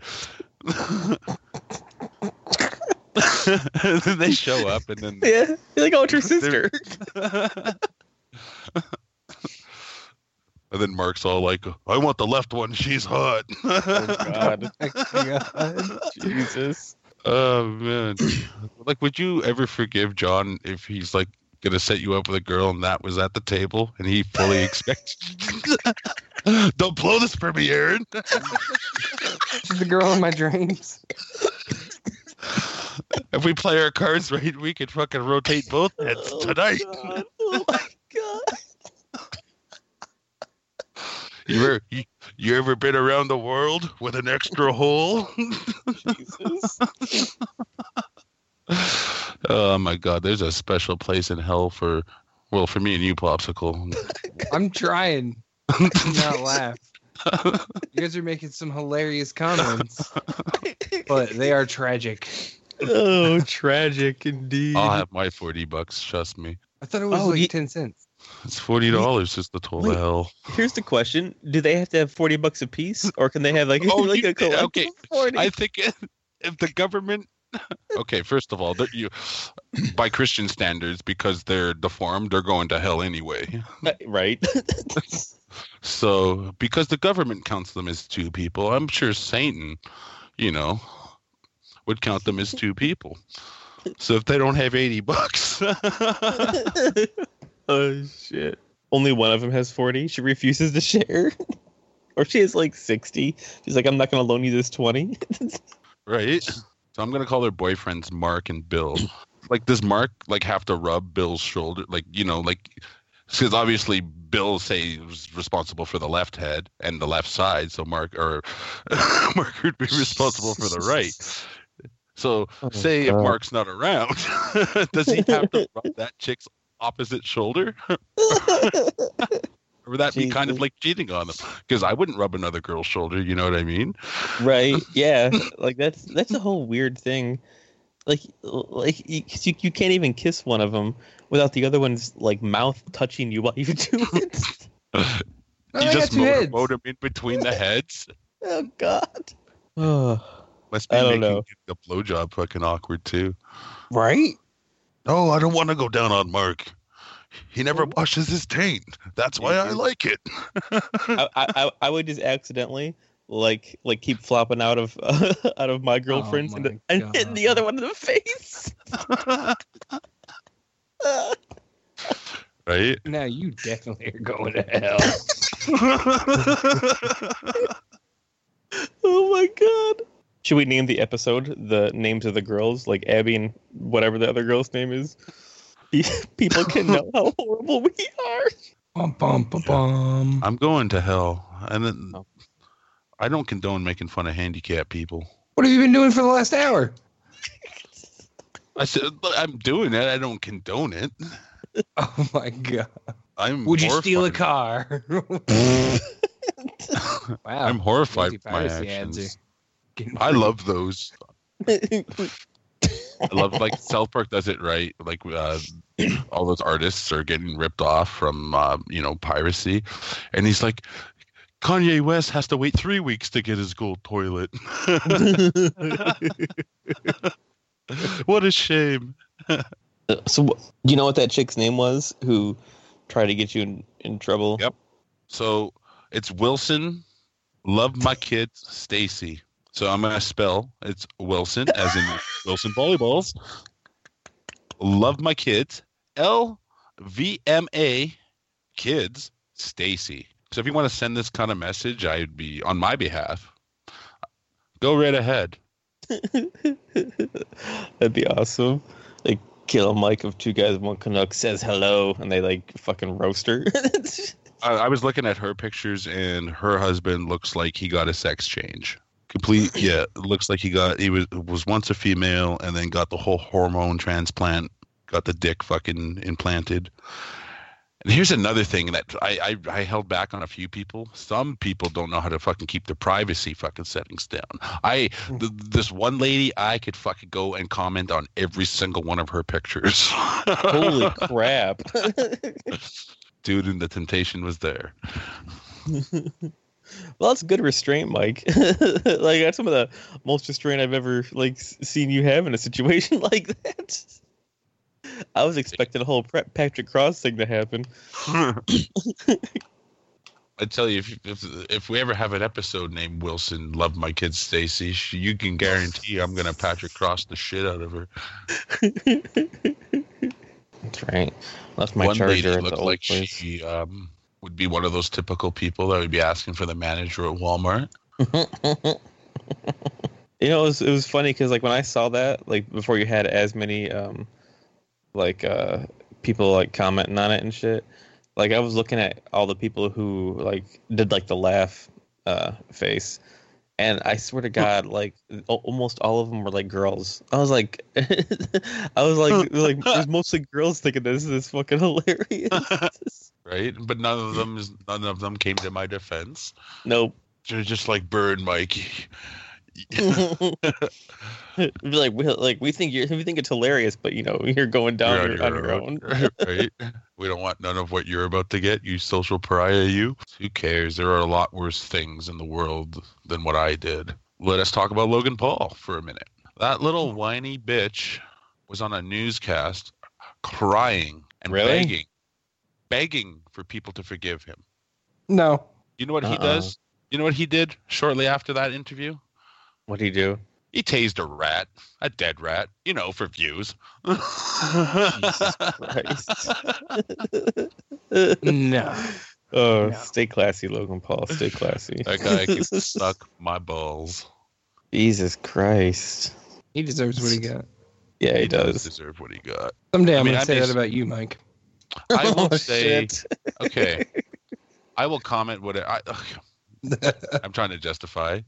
Speaker 3: and then they show up and then
Speaker 2: yeah, they're like oh, it's your sister.
Speaker 3: and then mark's all like i want the left one she's hot
Speaker 2: oh God,
Speaker 4: God.
Speaker 2: Jesus!
Speaker 3: Oh man. like would you ever forgive John if he's like gonna set you up with a girl and that was at the table and he fully expects Don't blow this for me, Aaron.
Speaker 4: She's the girl in my dreams.
Speaker 3: if we play our cards right, we could fucking rotate both heads
Speaker 2: Oh,
Speaker 3: tonight.
Speaker 2: God. Oh my God!
Speaker 3: You ever you, you ever been around the world with an extra hole?
Speaker 2: Jesus!
Speaker 3: oh my god, there's a special place in hell for well, for me and you, Popsicle.
Speaker 4: I'm trying to not laugh. You guys are making some hilarious comments, but they are tragic.
Speaker 2: oh, tragic indeed.
Speaker 3: I'll have my forty bucks, trust me.
Speaker 4: I thought it was
Speaker 2: Oh,
Speaker 4: like
Speaker 2: ye-
Speaker 4: ten cents.
Speaker 3: It's forty dollars just the toll
Speaker 2: wait.
Speaker 3: to hell.
Speaker 2: Here's the question: Do they have to have forty bucks a piece, or can they have like,
Speaker 3: Oh,
Speaker 2: like
Speaker 3: you-
Speaker 2: a collective
Speaker 3: okay.
Speaker 2: forty?
Speaker 3: I think if the government, okay, first of all, they're- you by Christian standards because they're deformed, they're going to hell anyway.
Speaker 2: right?
Speaker 3: So because the government counts them as two people, I'm sure Satan, you know, would count them as two people. So if they don't have eighty bucks,
Speaker 2: oh shit! Only one of them has forty. She refuses to share, or she has like sixty. She's like, "I'm not gonna loan you this 20.
Speaker 3: right? So I'm gonna call their boyfriends Mark and Bill. Like, does Mark like have to rub Bill's shoulder? Like, you know, like because obviously Bill say was responsible for the left head and the left side, so Mark or Mark would be responsible for the right. So say if
Speaker 4: Oh, God.
Speaker 3: Mark's not around, does he have to rub that chick's opposite shoulder? Or would that be kind of
Speaker 2: Jesus.
Speaker 3: like cheating on them? Because I wouldn't rub another girl's shoulder. You know what I mean?
Speaker 2: right? Yeah. Like that's that's a whole weird thing. Like like you, 'cause you, you can't even kiss one of them without the other one's like mouth touching you while you do it.
Speaker 4: Oh,
Speaker 3: you
Speaker 4: I got
Speaker 3: just
Speaker 4: two
Speaker 3: motor,
Speaker 4: heads.
Speaker 3: motor in between the heads.
Speaker 2: oh God. Oh.
Speaker 3: Must
Speaker 2: I
Speaker 3: be
Speaker 2: don't know.
Speaker 3: making the blowjob fucking awkward too.
Speaker 2: Right?
Speaker 3: No, I don't want to go down on Mark. He never washes his taint. That's why I like it.
Speaker 2: I, I, I would just accidentally like like keep flopping out of out of my girlfriend's
Speaker 4: Oh my
Speaker 2: and, and hit the
Speaker 4: God.
Speaker 2: other one in the face. Oh
Speaker 3: right?
Speaker 4: Now you definitely are going to hell.
Speaker 2: oh my god. Should we name the episode the names of the girls, like Abby and whatever the other girl's name is? People can know how horrible we are.
Speaker 4: bum, bum, bum, bum.
Speaker 3: I'm going to hell. And then
Speaker 2: Oh.
Speaker 3: I don't condone making fun of handicapped people.
Speaker 4: What have you been doing for the last hour?
Speaker 3: I said "Look, I'm doing it. I don't condone it.
Speaker 4: Oh my god!
Speaker 3: I'm
Speaker 4: Would you
Speaker 3: horrified.
Speaker 4: steal a car? wow!
Speaker 3: I'm
Speaker 4: Oh,
Speaker 3: horrified by my
Speaker 4: Anti-piracy ads
Speaker 3: actions.
Speaker 4: are getting
Speaker 3: I
Speaker 4: pretty-
Speaker 3: love those. I love like Selperk does it right. Like uh, all those artists are getting ripped off from uh, you know piracy, and he's like, Kanye West has to wait three weeks to get his gold toilet. what a shame.
Speaker 2: Uh, so, wh- do you know what that chick's name was who tried to get you in, in trouble?
Speaker 3: Yep. So it's Wilson. Love my kids, Stacy. So I'm gonna spell it's Wilson as in Wilson volleyballs. Love my kids, L V M A kids, Stacy. So if you want to send this kind of message, I'd be on my behalf. Go right ahead.
Speaker 2: That'd be awesome. Like, kill Mike of Two Guys One Canuck says hello, and they like fucking roast her.
Speaker 3: I, I was looking at her pictures, and her husband looks like he got a sex change. Complete, yeah. it Looks like he got he was was once a female, and then got the whole hormone transplant, got the dick fucking implanted. And here's another thing that I, I I held back on a few people. Some people don't know how to fucking keep their privacy fucking settings down. I th- this one lady, I could fucking go and comment on every single one of her pictures.
Speaker 2: Holy crap.
Speaker 3: dude, and the temptation was there.
Speaker 2: Well, that's good restraint, Mike. like that's some of the most restraint I've ever like s- seen you have in a situation like that. I was expecting a whole Pre- Patrick Cross thing to happen.
Speaker 3: I tell you, if, if if we ever have an episode named Wilson, love my kid Stacy, sh- you can guarantee I'm gonna Patrick Cross the shit out of her.
Speaker 2: That's right. Left my
Speaker 3: One lady
Speaker 2: charger at the
Speaker 3: looked
Speaker 2: old
Speaker 3: like
Speaker 2: place.
Speaker 3: she um, would be one of those typical people that would be asking for the manager at Walmart.
Speaker 2: you know, it was, it was funny because like when I saw that, like before you had as many um, like uh, people like commenting on it and shit. Like I was looking at all the people who like did like the laugh uh, face, and I swear to God, like al- almost all of them were like girls. I was like, I was like, like there's mostly girls thinking this is fucking hilarious.
Speaker 3: Right, but none
Speaker 2: Hmm.
Speaker 3: of them is none of them came to my defense.
Speaker 2: nope.
Speaker 3: They're just like Bird Mikey.
Speaker 2: Be like we like we think you're we think it's hilarious, but you know you're going down
Speaker 3: You're
Speaker 2: on your own.
Speaker 3: right? We don't want none of what you're about to get, you social pariah. You. Who cares? There are a lot worse things in the world than what I did. Let us talk about Logan Paul for a minute. That little whiny bitch was on a newscast crying and
Speaker 2: Really?
Speaker 3: begging, begging for people to forgive him.
Speaker 4: No.
Speaker 3: You know what he
Speaker 2: Uh-uh.
Speaker 3: does? You know what he did shortly after that interview?
Speaker 2: What do you do?
Speaker 3: He tased a rat, a dead rat, you know, for views.
Speaker 2: Jesus Christ.
Speaker 4: No.
Speaker 2: oh,
Speaker 4: Yeah.
Speaker 2: stay classy, Logan Paul. Stay classy.
Speaker 3: That guy can suck my balls.
Speaker 2: Jesus Christ.
Speaker 4: He deserves what he got.
Speaker 2: Yeah, he does.
Speaker 3: deserve what he got.
Speaker 4: Someday I'm
Speaker 3: I mean,
Speaker 4: gonna
Speaker 3: I
Speaker 4: say
Speaker 3: bas-
Speaker 4: that about you, Mike.
Speaker 3: I will
Speaker 2: Oh,
Speaker 3: say,
Speaker 2: shit.
Speaker 3: okay, I will comment what I, ugh, I'm trying to justify.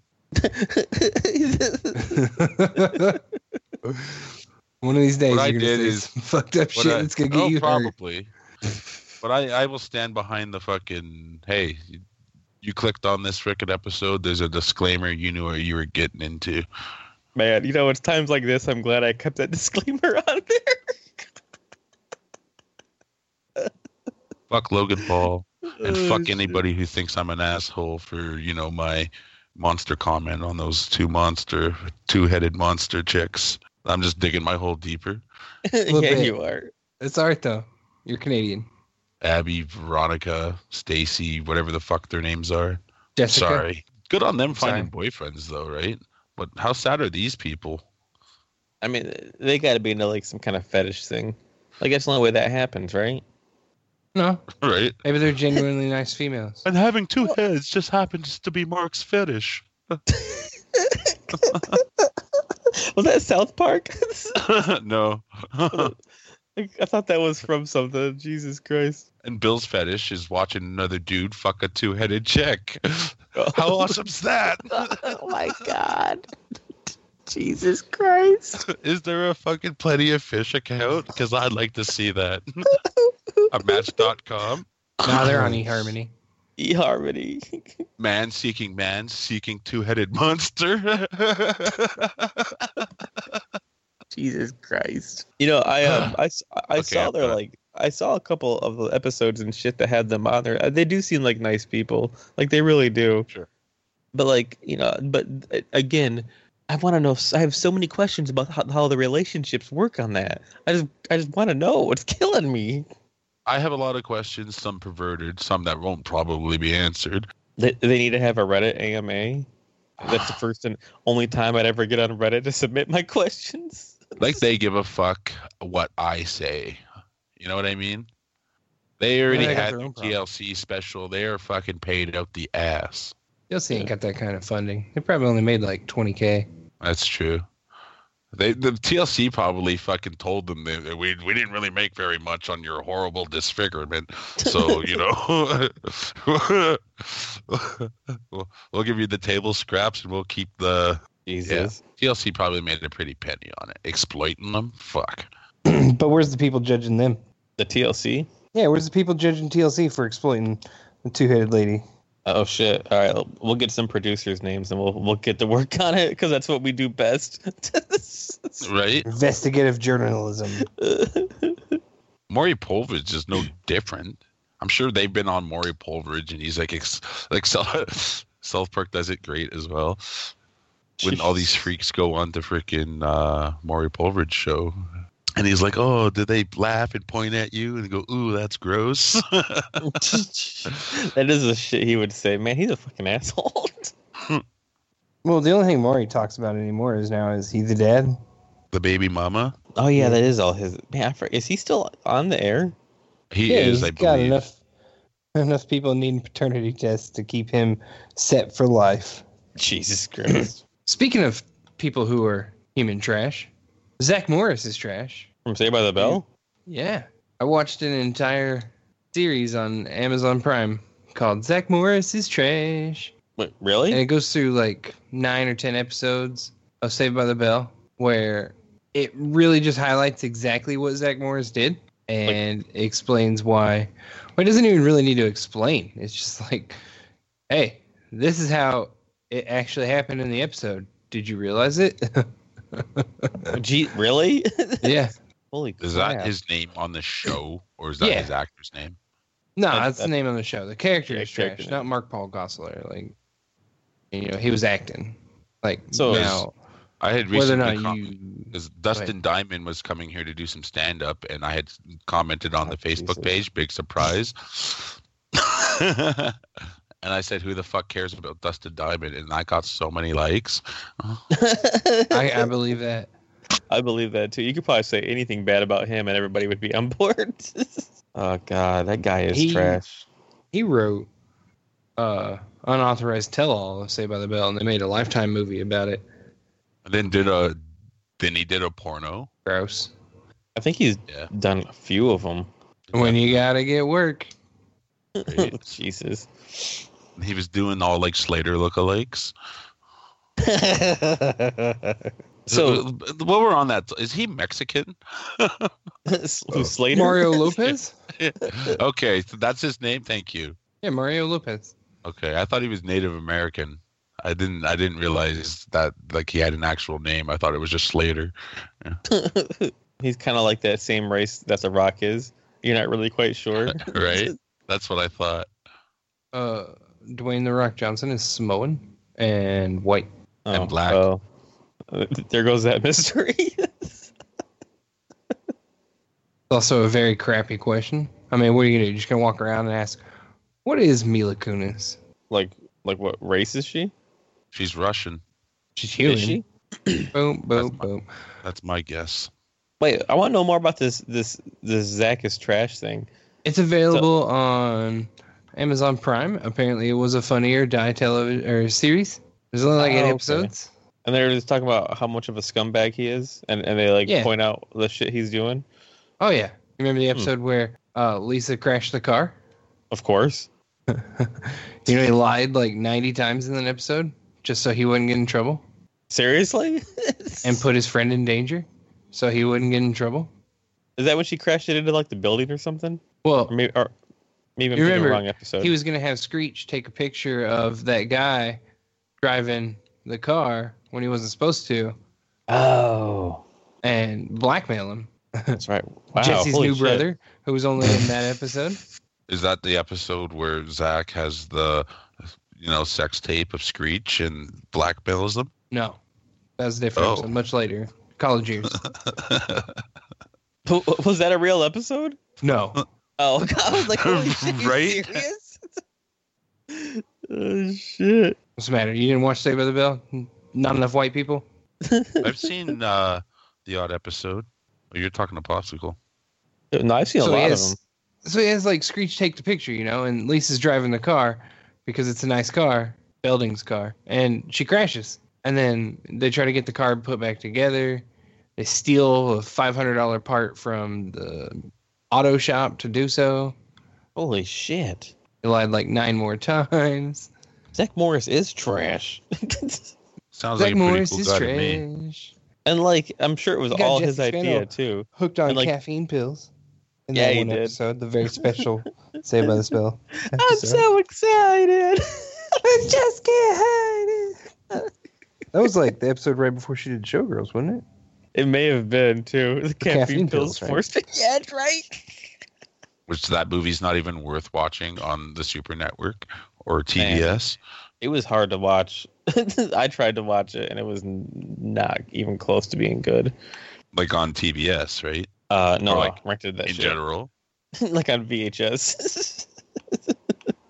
Speaker 4: One of these days,
Speaker 3: What I
Speaker 4: you're gonna
Speaker 3: did
Speaker 4: say
Speaker 3: is-
Speaker 4: some fucked up
Speaker 3: What
Speaker 4: shit
Speaker 3: I-
Speaker 4: that's gonna get
Speaker 3: oh,
Speaker 4: you hurt.
Speaker 3: probably. But I, I will stand behind the fucking. Hey, you, you clicked on this frickin' episode. There's a disclaimer. You knew what you were getting into.
Speaker 2: Man, you know, it's times like this I'm glad I kept that disclaimer on there.
Speaker 3: Fuck Logan Paul and
Speaker 2: Oh,
Speaker 3: fuck
Speaker 2: shit.
Speaker 3: anybody who thinks I'm an asshole for you know my monster comment on those two monster, two-headed monster chicks. I'm just digging my hole deeper.
Speaker 2: yeah,
Speaker 4: bit.
Speaker 2: you are.
Speaker 4: It's alright though. You're Canadian.
Speaker 3: Abby, Veronica, Stacy, whatever the fuck their names are.
Speaker 4: Jessica.
Speaker 3: Sorry. Good on them finding boyfriends though, right? But how sad are these people?
Speaker 2: I mean, they got to be into like some kind of fetish thing. Like that's the only way that happens, right?
Speaker 4: No,
Speaker 3: Right?
Speaker 4: maybe they're genuinely nice females.
Speaker 3: And having two heads just happens to be Mark's fetish.
Speaker 2: Was that South Park?
Speaker 3: no.
Speaker 2: I thought that was from something. Jesus Christ!
Speaker 3: and Bill's fetish is watching another dude fuck a two headed chick. How awesome's that?
Speaker 2: oh my God! Jesus Christ!
Speaker 3: Is there a fucking Plenty of Fish account? Because I'd like to see that. a match.com.
Speaker 4: No, they're on eHarmony.
Speaker 2: eHarmony.
Speaker 3: Man seeking man seeking two headed monster.
Speaker 2: Jesus Christ. You know, I um, I, s- I
Speaker 3: Okay,
Speaker 2: saw their
Speaker 3: uh,
Speaker 2: like I saw a couple of the episodes and shit that had them on there. Uh, They do seem like nice people. Like they really do.
Speaker 3: Sure.
Speaker 2: But like, you know, but uh, again, I want to know s- I have so many questions about how, how the relationships work on that. I just I just want to know. It's killing me.
Speaker 3: I have a lot of questions, some perverted, some that won't probably be answered.
Speaker 2: They, they need to have a Reddit AMA. That's the first and only time I'd ever get on Reddit to submit my questions.
Speaker 3: like they give a fuck what I say. You know what I mean? They already
Speaker 4: they got
Speaker 3: had
Speaker 4: their
Speaker 3: the
Speaker 4: own problem.
Speaker 3: TLC special. They are fucking paid out the ass.
Speaker 4: You'll see, ain't got that kind of funding. They probably only made like 20k.
Speaker 3: That's true. They the TLC probably fucking told them that that we we didn't really make very much on your horrible disfigurement. So you know, we'll, we'll give you the table scraps and we'll keep the
Speaker 2: Jesus.
Speaker 3: TLC probably made a pretty penny on it. Exploiting them, fuck.
Speaker 4: but where's the people judging them?
Speaker 2: The TLC?
Speaker 4: Yeah, where's the people judging TLC for exploiting the two-headed lady?
Speaker 2: Oh shit! All right, we'll get some producers' names and we'll we'll get to work on it because that's what we do best.
Speaker 3: Right?
Speaker 4: Investigative journalism.
Speaker 3: Maury Polvidge is no different. I'm sure they've been on Maury Polvidge, and he's like, ex- like South, South Park does it great as well. When all these freaks go on to freaking uh, Maury Polvidge show, and he's like, "Oh, did they laugh and point at you and go, ooh, that's gross?"
Speaker 2: that is the shit he would say. Man, he's a fucking asshole.
Speaker 4: Well, the only thing Maury talks about anymore is now is he the dad?
Speaker 3: the baby mama,
Speaker 2: oh yeah, that is all his. Man, I for, is he still on the air?
Speaker 3: he is.
Speaker 4: he's
Speaker 3: I
Speaker 4: got
Speaker 3: believe.
Speaker 4: enough enough people needing paternity tests to keep him set for life.
Speaker 2: Jesus Christ!
Speaker 4: Speaking of people who are human trash, Zach Morris is trash.
Speaker 2: From Saved by the Bell.
Speaker 4: Yeah. I watched an entire series on Amazon Prime called Zach Morris is Trash.
Speaker 2: Wait,
Speaker 4: And
Speaker 2: really?
Speaker 4: it goes through like nine or ten episodes of Saved by the Bell, where it really just highlights exactly what Zach Morris did and explains why. Well, it doesn't even really need to explain. It's just like, hey, this is how it actually happened in the episode. Did you realize it?
Speaker 2: Gee, really?
Speaker 4: yeah.
Speaker 2: Holy
Speaker 3: Is
Speaker 2: crap!
Speaker 3: that his name on the show, or is that
Speaker 4: Yeah.
Speaker 3: his actor's name?
Speaker 4: No,
Speaker 2: That-
Speaker 4: that's the
Speaker 2: that-
Speaker 4: name of the show. The character
Speaker 2: Yeah,
Speaker 4: is trash,
Speaker 2: character name.
Speaker 4: not Mark Paul Gosselaar. Like, you know, he was acting. Like,
Speaker 2: So-
Speaker 4: so now,
Speaker 3: I had recently
Speaker 4: whether or not
Speaker 3: com-
Speaker 4: you.
Speaker 3: because Dustin Diamond was coming here to do some stand up, and I had commented on the
Speaker 2: Oh,
Speaker 3: Facebook
Speaker 2: Jesus.
Speaker 3: page, big surprise. and I said, Who the fuck cares about Dustin Diamond? And I got so many likes.
Speaker 2: I,
Speaker 4: I, I believe that.
Speaker 2: believe that too. You could probably say anything bad about him, and everybody would be on board. oh god, that guy is
Speaker 4: He-
Speaker 2: trash.
Speaker 4: he wrote uh unauthorized tell all of Say by the Bell and they made a lifetime movie about it.
Speaker 3: And then did a then he did a porno.
Speaker 4: Gross.
Speaker 2: I think he's
Speaker 3: Yeah.
Speaker 2: done a few of them.
Speaker 4: When you gotta get work.
Speaker 3: Right?
Speaker 2: Jesus.
Speaker 3: he was doing all like Slater lookalikes.
Speaker 2: so,
Speaker 3: while Uh, we're on that, is he Mexican? Oh.
Speaker 2: who's Slater?
Speaker 4: Mario Lopez?
Speaker 3: okay, so that's his name. Thank you.
Speaker 4: Yeah, Mario Lopez.
Speaker 3: Okay, I thought he was Native American. I didn't. I didn't realize that like he had an actual name. I thought it was just Slater.
Speaker 2: He's kind of like that same race that The Rock is. You're not really quite sure.
Speaker 3: Right? That's what I thought.
Speaker 4: Uh Dwayne the Rock Johnson is Samoan and white.
Speaker 2: Oh,
Speaker 3: black.
Speaker 2: Oh. There goes that mystery.
Speaker 4: Also a very crappy question. I mean, what are you gonna do? You're just gonna walk around and ask, "What is Mila Kunis?"
Speaker 2: Like, like what race is she?
Speaker 3: She's Russian.
Speaker 4: She's human.
Speaker 2: Is she?
Speaker 4: Boom, boom, boom.
Speaker 3: That's my guess.
Speaker 2: Wait, I want to know more about this this this Zach is trash thing.
Speaker 4: It's available on Amazon Prime. Apparently, it was a funnier die television or series. There's only like
Speaker 2: Oh,
Speaker 4: eight
Speaker 2: okay.
Speaker 4: episodes.
Speaker 2: And they're just talking about how much of a scumbag he is, and, and they like
Speaker 4: Yeah.
Speaker 2: point out the shit he's doing.
Speaker 4: Oh yeah, you remember the
Speaker 2: Hmm.
Speaker 4: episode where uh, Lisa crashed the car?
Speaker 2: Of course.
Speaker 4: You know, he lied like 90 times in that episode just so he wouldn't get in trouble
Speaker 2: Seriously?
Speaker 4: and put his friend in danger so he wouldn't get in trouble.
Speaker 2: is that when she crashed it into like the building or something?
Speaker 4: Well,
Speaker 2: Or maybe, or maybe I'm thinking of the
Speaker 4: You remember,
Speaker 2: wrong episode.
Speaker 4: he was going to have Screech take a picture of that guy driving the car when he wasn't supposed to
Speaker 2: oh,
Speaker 4: and blackmail him.
Speaker 2: that's right. Wow,
Speaker 4: Jesse's
Speaker 2: holy
Speaker 4: new
Speaker 2: shit.
Speaker 4: brother, who was only in that episode.
Speaker 3: Is that the episode where Zach has the, you know, sex tape of Screech and blackmails them?
Speaker 4: No, that was a different
Speaker 3: Oh.
Speaker 4: episode, much later. College years.
Speaker 2: W- w- Was that a real episode?
Speaker 4: No.
Speaker 2: Oh God! I was like, holy shit, you
Speaker 3: Right?
Speaker 2: serious? oh shit!
Speaker 4: What's the matter? You didn't watch Saved by the Bell? Not enough white people?
Speaker 3: I've seen uh, the odd episode. Oh, you're talking to Popsicle.
Speaker 2: No, I've seen a
Speaker 4: So he
Speaker 2: lot of
Speaker 4: has-
Speaker 2: them.
Speaker 4: So he has like Screech take the picture, you know, and Lisa's driving the car because it's a nice car, Belding's car, and she crashes. And then they try to get the car put back together. They steal a five hundred dollar part from the auto shop to do so.
Speaker 2: Holy shit!
Speaker 4: They lied like nine more times.
Speaker 2: Zach Morris is trash.
Speaker 3: Sounds
Speaker 4: Zach
Speaker 3: like a pretty
Speaker 4: Morris
Speaker 3: cool
Speaker 4: is
Speaker 3: guy to me.
Speaker 4: trash.
Speaker 2: and like, I'm sure it was
Speaker 4: You got
Speaker 2: all
Speaker 4: Jesse
Speaker 2: his idea
Speaker 4: Spano.
Speaker 2: too.
Speaker 4: Hooked on
Speaker 2: And, like-
Speaker 4: caffeine pills. In
Speaker 2: Yeah,
Speaker 4: that
Speaker 2: he
Speaker 4: one
Speaker 2: did.
Speaker 4: episode, the very special Saved by the Spell.
Speaker 2: I'm
Speaker 4: episode.
Speaker 2: so excited. I just can't hide it.
Speaker 4: That was like the episode right before she did Showgirls, wasn't it?
Speaker 2: It may have been too. The caffeine,
Speaker 4: caffeine
Speaker 2: pills,
Speaker 4: pills, right?
Speaker 2: forced it. Yeah, that's right.
Speaker 3: Which that movie's not even worth watching on the Super Network or TBS.
Speaker 2: It was hard to watch. I tried to watch it, and it was n- not even close to being good.
Speaker 3: Like on TBS, right?
Speaker 2: Uh, no,
Speaker 3: Or,
Speaker 2: like,
Speaker 3: like,
Speaker 2: I rented that
Speaker 3: In
Speaker 2: shit.
Speaker 3: general.
Speaker 2: like on VHS.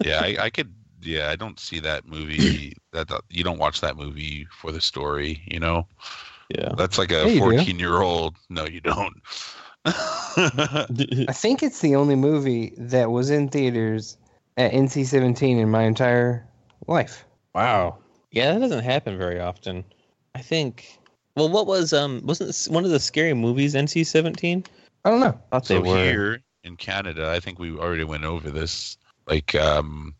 Speaker 3: Yeah, I, I could. Yeah, I don't see that movie. that that- you don't watch that movie for the story. You know,
Speaker 2: yeah.
Speaker 3: that's like
Speaker 4: Yeah,
Speaker 3: a
Speaker 4: you do.
Speaker 3: fourteen-year-old. No, you don't.
Speaker 4: I think it's the only movie that was in theaters at NC 17 in my entire life.
Speaker 2: wow. Yeah, that doesn't happen very often. I think. Well, what was um? Wasn't s- one of the scary movies NC seventeen?
Speaker 4: I don't know.
Speaker 2: Thought
Speaker 3: so here in Canada, I think we already went over this. Like, um,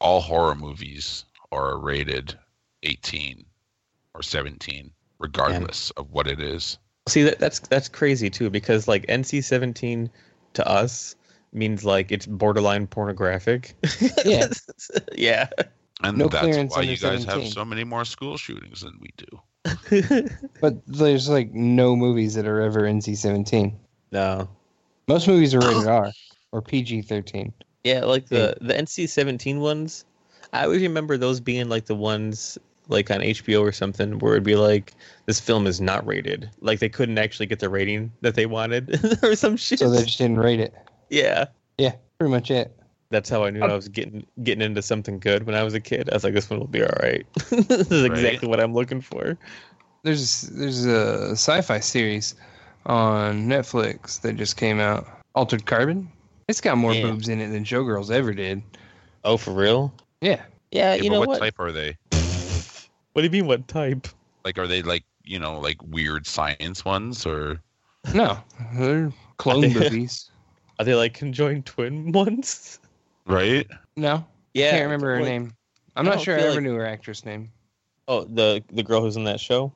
Speaker 3: all horror movies are rated eighteen or seventeen, regardless of what it is.
Speaker 2: See that that's that's crazy too because like NC seventeen to us means like it's borderline pornographic.
Speaker 4: Yeah.
Speaker 2: yeah.
Speaker 3: And
Speaker 4: No
Speaker 3: that's
Speaker 4: clearance
Speaker 3: why
Speaker 4: under
Speaker 3: you guys have
Speaker 4: 17.
Speaker 3: so many more school shootings than we do.
Speaker 4: But there's like no movies that are ever NC 17.
Speaker 2: no.
Speaker 4: Most movies are rated R or PG 13.
Speaker 2: Yeah, like the the NC seventeen ones. I always remember those being like the ones like on HBO or something where it'd be like this film is not rated. Like they couldn't actually get the rating that they wanted or some shit.
Speaker 4: So they just didn't rate it.
Speaker 2: yeah.
Speaker 4: Yeah, pretty much it.
Speaker 2: That's how I knew I was getting getting into something good when I was a kid. I was like, this one will be all right. this is exactly what I'm looking for.
Speaker 4: There's there's a sci-fi series on Netflix that just came out, Altered Carbon. It's got more
Speaker 2: Yeah.
Speaker 4: boobs in it than Showgirls ever did.
Speaker 2: Oh, for real?
Speaker 4: Yeah.
Speaker 2: Yeah,
Speaker 3: Yeah,
Speaker 2: Uh, you
Speaker 3: but
Speaker 2: know
Speaker 3: what
Speaker 2: what?
Speaker 3: type are they?
Speaker 2: What do you mean, what type?
Speaker 3: Like, are they like you know like weird science ones or?
Speaker 4: No, they're clone movies.
Speaker 2: Are they like conjoined twin ones?
Speaker 3: Right?
Speaker 4: No,
Speaker 2: Yeah,
Speaker 4: can't remember her
Speaker 2: like-
Speaker 4: name. I'm
Speaker 2: I
Speaker 4: not
Speaker 2: don't
Speaker 4: sure I
Speaker 2: feel
Speaker 4: ever
Speaker 2: like-
Speaker 4: knew her actress name.
Speaker 2: Oh, the the girl who's in that show.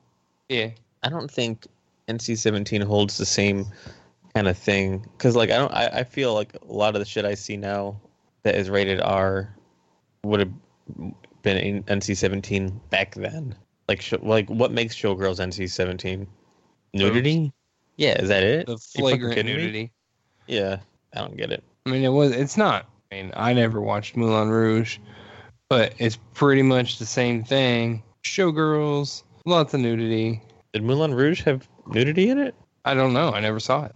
Speaker 4: Yeah,
Speaker 2: I don't think NC seventeen holds the same kind of thing because, like, I don't. I, I feel like a lot of the shit I see now that is rated R would have been in NC seventeen back then. Like, sh- like what makes showgirls NC seventeen? Nudity? Yeah, is that it?
Speaker 4: the
Speaker 2: You fucking
Speaker 4: flagrant
Speaker 2: kidding me?
Speaker 4: nudity.
Speaker 2: Yeah, I don't get it.
Speaker 4: I mean, it was. It's not. I mean, I never watched Moulin Rouge, but it's pretty much the same thing. Showgirls, lots of nudity.
Speaker 2: Did Moulin Rouge have nudity in it?
Speaker 4: I don't know. I never saw it.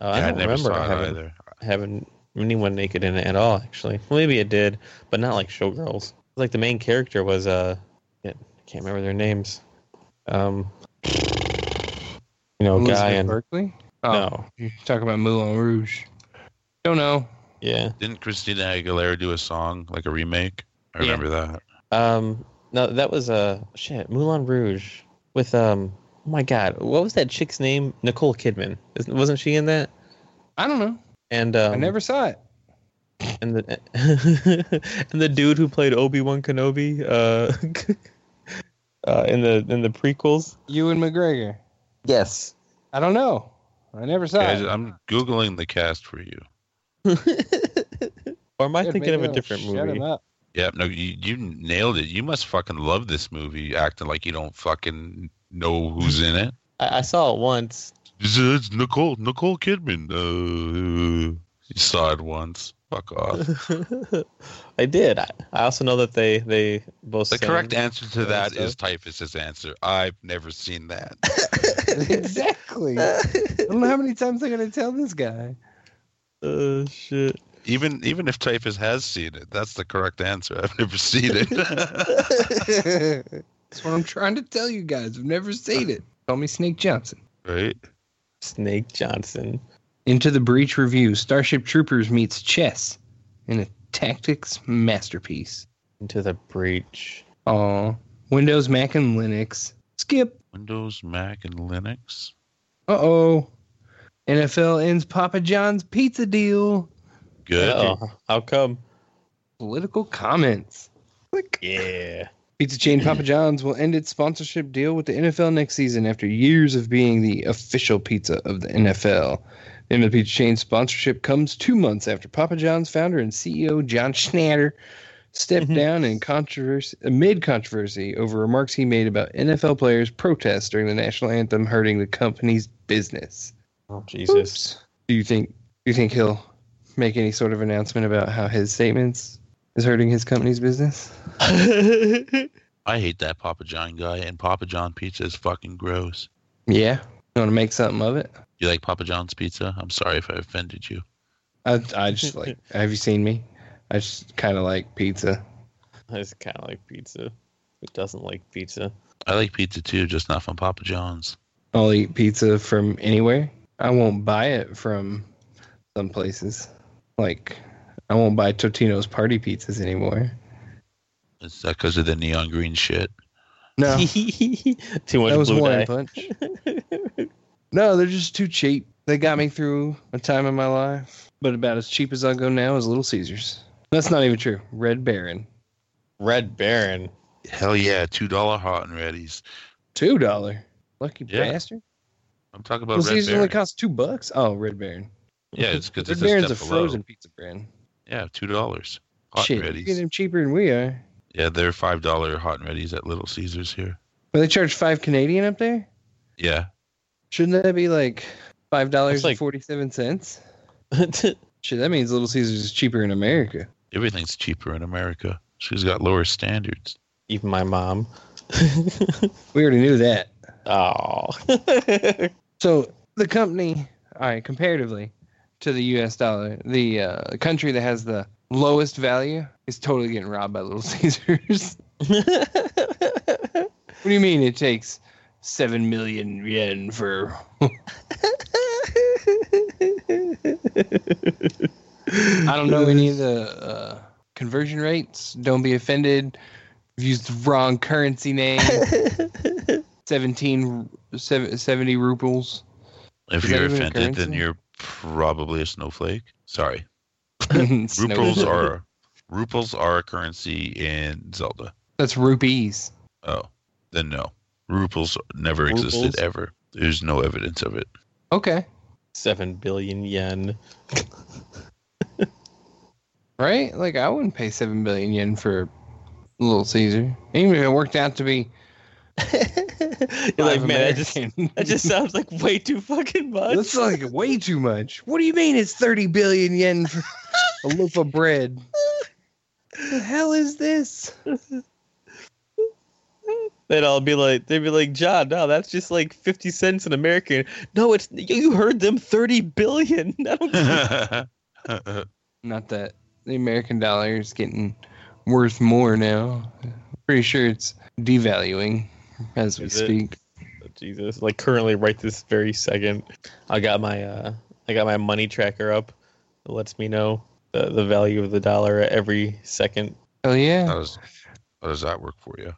Speaker 2: Oh,
Speaker 3: Yeah,
Speaker 2: I don't remember
Speaker 3: saw it
Speaker 2: having
Speaker 3: either.
Speaker 2: having anyone naked in it at all. Actually, well, maybe it did, but not like Showgirls. Like the main character was uh, yeah, I can't remember their names. Um, you know,
Speaker 4: Elizabeth
Speaker 2: guy and
Speaker 4: Berkeley? Oh,
Speaker 2: Oh, no,
Speaker 4: you're talking about Moulin Rouge. Don't know.
Speaker 2: yeah.
Speaker 3: Didn't Christina Aguilera do a song like a remake? I
Speaker 4: Yeah.
Speaker 3: remember that.
Speaker 2: Um, no, that was uh, shit Moulin Rouge with um. Oh my God, what was that chick's name? Nicole Kidman. Isn't, wasn't she in that?
Speaker 4: I don't know.
Speaker 2: And um,
Speaker 4: I never saw it.
Speaker 2: and the and the dude who played Obi Wan Kenobi uh, uh, in the in the prequels.
Speaker 4: Ewan McGregor.
Speaker 2: Yes.
Speaker 4: I don't know. I never saw
Speaker 3: Guys,
Speaker 4: it.
Speaker 3: I'm googling the cast for you.
Speaker 2: or am I
Speaker 4: Good,
Speaker 2: thinking of
Speaker 4: maybe
Speaker 2: a
Speaker 4: I'll
Speaker 2: different
Speaker 4: Shut
Speaker 2: movie?
Speaker 4: him up.
Speaker 3: Yep, no, you, you nailed it. You must fucking love this movie, acting like you don't fucking know who's in it.
Speaker 2: I, I saw it once.
Speaker 3: It's, it's Nicole Nicole Kidman. Uh, you saw it once. Fuck off.
Speaker 2: I did. I, I also know that they they both
Speaker 3: The
Speaker 2: sang-
Speaker 3: correct answer to
Speaker 2: Yeah,
Speaker 3: that
Speaker 2: so-
Speaker 3: is Typhus's answer. I've never seen that.
Speaker 4: exactly. I don't know how many times I'm gonna tell this guy.
Speaker 2: Oh shit!
Speaker 3: Even even if Typhus has seen it, that's the correct answer. I've never seen it.
Speaker 4: That's what I'm trying to tell you guys. I've never seen it. Call me Snake Johnson.
Speaker 3: right?
Speaker 2: Snake Johnson.
Speaker 4: Into the Breach review. Starship Troopers meets chess in a tactics masterpiece.
Speaker 2: Into the breach.
Speaker 4: Aw. Windows, Mac, and Linux. Skip.
Speaker 3: Windows, Mac, and Linux.
Speaker 4: Uh oh. NFL ends Papa John's pizza deal.
Speaker 3: Good.
Speaker 2: Oh, how come?
Speaker 4: Political comments. Click.
Speaker 2: Yeah.
Speaker 4: Pizza chain Papa John's will end its sponsorship deal with the NFL next season after years of being the official pizza of the NFL. The end of the pizza chain's sponsorship comes two months after Papa John's founder and CEO John Schnatter stepped
Speaker 2: Mhm.
Speaker 4: down in controversy amid controversy over remarks he made about NFL players' protests during the national anthem hurting the company's business.
Speaker 2: Oh Jesus.
Speaker 4: Oops. Do you think do you think he'll make any sort of announcement about how his statements is hurting his company's business?
Speaker 3: I hate that Papa John guy, and Papa John pizza is fucking gross.
Speaker 4: Yeah. You want to make something of it?
Speaker 3: You like Papa John's pizza? I'm sorry if I offended you.
Speaker 4: I, I just like. have you seen me? I just kind of like pizza.
Speaker 2: I just kind of like pizza. Who doesn't like pizza?
Speaker 3: I like pizza too, just not from Papa John's.
Speaker 4: I'll eat pizza from anywhere. I won't buy it from some places. Like, I won't buy Totino's party pizzas anymore.
Speaker 3: Is that because of the neon green shit?
Speaker 4: No,
Speaker 2: Too much
Speaker 4: that was
Speaker 2: blue
Speaker 4: one
Speaker 2: dye.
Speaker 4: punch. No, they're just too cheap. They got me through a time in my life, but about as cheap as I'll go now is Little Caesars. That's not even true. Red Baron,
Speaker 2: Red Baron.
Speaker 3: Hell yeah, two dollar hot and ready's.
Speaker 4: two dollar. Lucky
Speaker 3: Yeah.
Speaker 4: bastard.
Speaker 3: I'm talking about
Speaker 4: Little
Speaker 3: Red
Speaker 4: Caesars
Speaker 3: Baron.
Speaker 4: only costs two bucks. Oh, Red Baron.
Speaker 3: yeah, it's because
Speaker 4: Red
Speaker 3: it's
Speaker 4: Baron's
Speaker 3: a
Speaker 4: a
Speaker 3: step below.
Speaker 4: frozen pizza brand.
Speaker 3: Yeah, two dollars hot
Speaker 4: Shit,
Speaker 3: and
Speaker 4: you get
Speaker 3: ready's.
Speaker 4: them cheaper than we are.
Speaker 3: Yeah, they're five dollar hot and ready's at Little Caesars here.
Speaker 4: But they charge five Canadian up there.
Speaker 3: Yeah,
Speaker 4: Shouldn't that be like five dollars
Speaker 2: like-
Speaker 4: forty-seven cents? Shit, that means Little Caesars is cheaper in America.
Speaker 3: everything's cheaper in America. She's got lower standards.
Speaker 2: Even my mom.
Speaker 4: We already knew that.
Speaker 2: oh.
Speaker 4: So the company, all right, comparatively to the U.S. dollar, the uh, country that has the lowest value is totally getting robbed by Little Caesars. what do you mean it takes seven million yen for? I don't know any of the uh, conversion rates. Don't be offended. You've used the wrong currency name. 17, sev- 70 rupees.
Speaker 3: If
Speaker 4: Is that
Speaker 3: you're
Speaker 4: even a
Speaker 3: offended, then
Speaker 4: currency?
Speaker 3: you're probably a snowflake. Sorry,
Speaker 4: Rupees
Speaker 3: ruples are ruples are a currency in Zelda.
Speaker 4: That's rupees.
Speaker 3: Oh, then no, ruples never existed
Speaker 2: Ruples?
Speaker 3: ever. There's no evidence of it.
Speaker 4: Okay.
Speaker 2: Seven billion yen.
Speaker 4: Right? Like I wouldn't pay seven billion yen for Little Caesar. Even if it worked out to be
Speaker 2: You're like,
Speaker 4: five
Speaker 2: man, that just,
Speaker 4: American."
Speaker 2: that just sounds like way too fucking much.
Speaker 4: that's like way too much. What do you mean it's thirty billion yen for a loaf of bread? the hell is this?
Speaker 2: They'd all be like, they'd be like, John, no, that's just like fifty cents in American. No, it's you you heard them thirty billion. I don't.
Speaker 4: Not that the American dollar is getting worth more now. Pretty sure it's devaluing as we
Speaker 2: Is it?
Speaker 4: speak.
Speaker 2: Jesus, like currently, right this very second, I got my uh, I got my money tracker up. It lets me know the, the value of the dollar at every second.
Speaker 3: How
Speaker 4: Hell
Speaker 2: Oh.
Speaker 4: yeah.
Speaker 3: does, how does that work for you?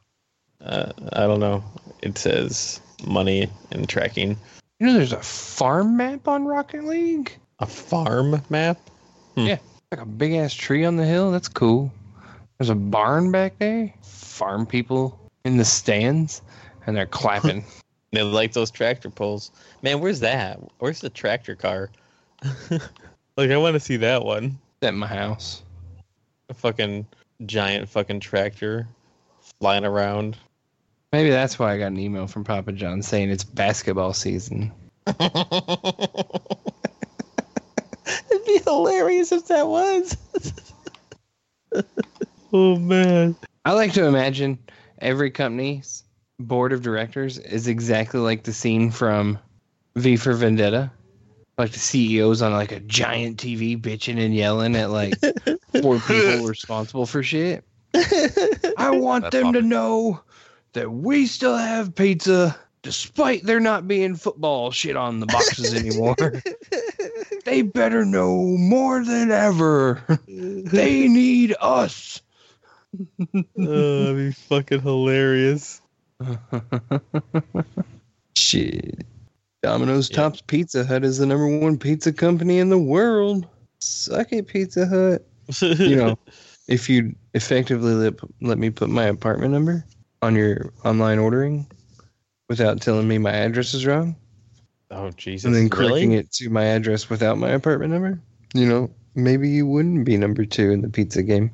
Speaker 2: Uh, I don't know. It says money and tracking.
Speaker 4: You know there's a farm map on Rocket League?
Speaker 2: A farm map.
Speaker 4: Like a big ass tree on the hill? That's cool. There's a barn back there. Farm people in the stands and they're clapping.
Speaker 2: They like those tractor pulls. Man, where's that? Where's the tractor car? like I want to see that one.
Speaker 4: at my house.
Speaker 2: A fucking giant fucking tractor flying around.
Speaker 4: Maybe that's why I got an email from Papa John saying it's basketball season.
Speaker 2: It'd be hilarious if that was. oh man.
Speaker 4: I like to imagine every company's board of directors is exactly like the scene from V for Vendetta. Like the CEO's on like a giant TV bitching and yelling at like four people responsible for shit. I want
Speaker 3: That's
Speaker 4: them to
Speaker 3: awesome.
Speaker 4: know that we still have pizza despite there not being football shit on the boxes anymore. they better know more than ever. they need us.
Speaker 2: oh, that'd be fucking hilarious.
Speaker 4: Shit. Domino's
Speaker 2: Yeah.
Speaker 4: tops Pizza Hut is the number one pizza company in the world. Suck it, Pizza Hut. You know, if you effectively let, let me put my apartment number on your online ordering without telling me my address is wrong
Speaker 2: Oh Jesus.
Speaker 4: and then correcting
Speaker 2: really?
Speaker 4: it to my address without my apartment number, you know, maybe you wouldn't be number two in the pizza game.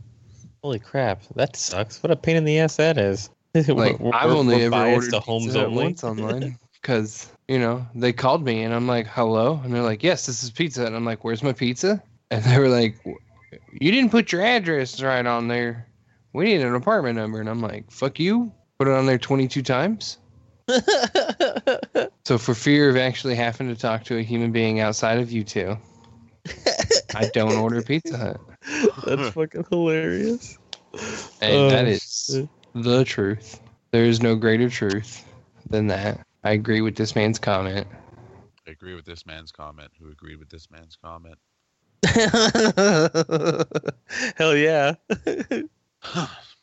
Speaker 2: Holy crap. That sucks. What a pain in the ass that is. We're-
Speaker 4: like
Speaker 2: we're-
Speaker 4: I've
Speaker 2: we're
Speaker 4: only ever
Speaker 2: biased
Speaker 4: ordered
Speaker 2: to
Speaker 4: homes once online because you know they called me and I'm like hello and they're like yes this is pizza and I'm like where's my pizza and they were like you didn't put your address right on there we need an apartment number and I'm like fuck you put it on there 22 times so for fear of actually having to talk to a human being outside of you two I don't order Pizza Hut
Speaker 2: That's fucking hilarious.
Speaker 4: and
Speaker 2: Oh,
Speaker 4: that is
Speaker 2: shit.
Speaker 4: the truth. There is no greater truth than that. I agree with this man's comment.
Speaker 3: I agree with this man's comment. Who agreed with this man's comment?
Speaker 2: Hell yeah.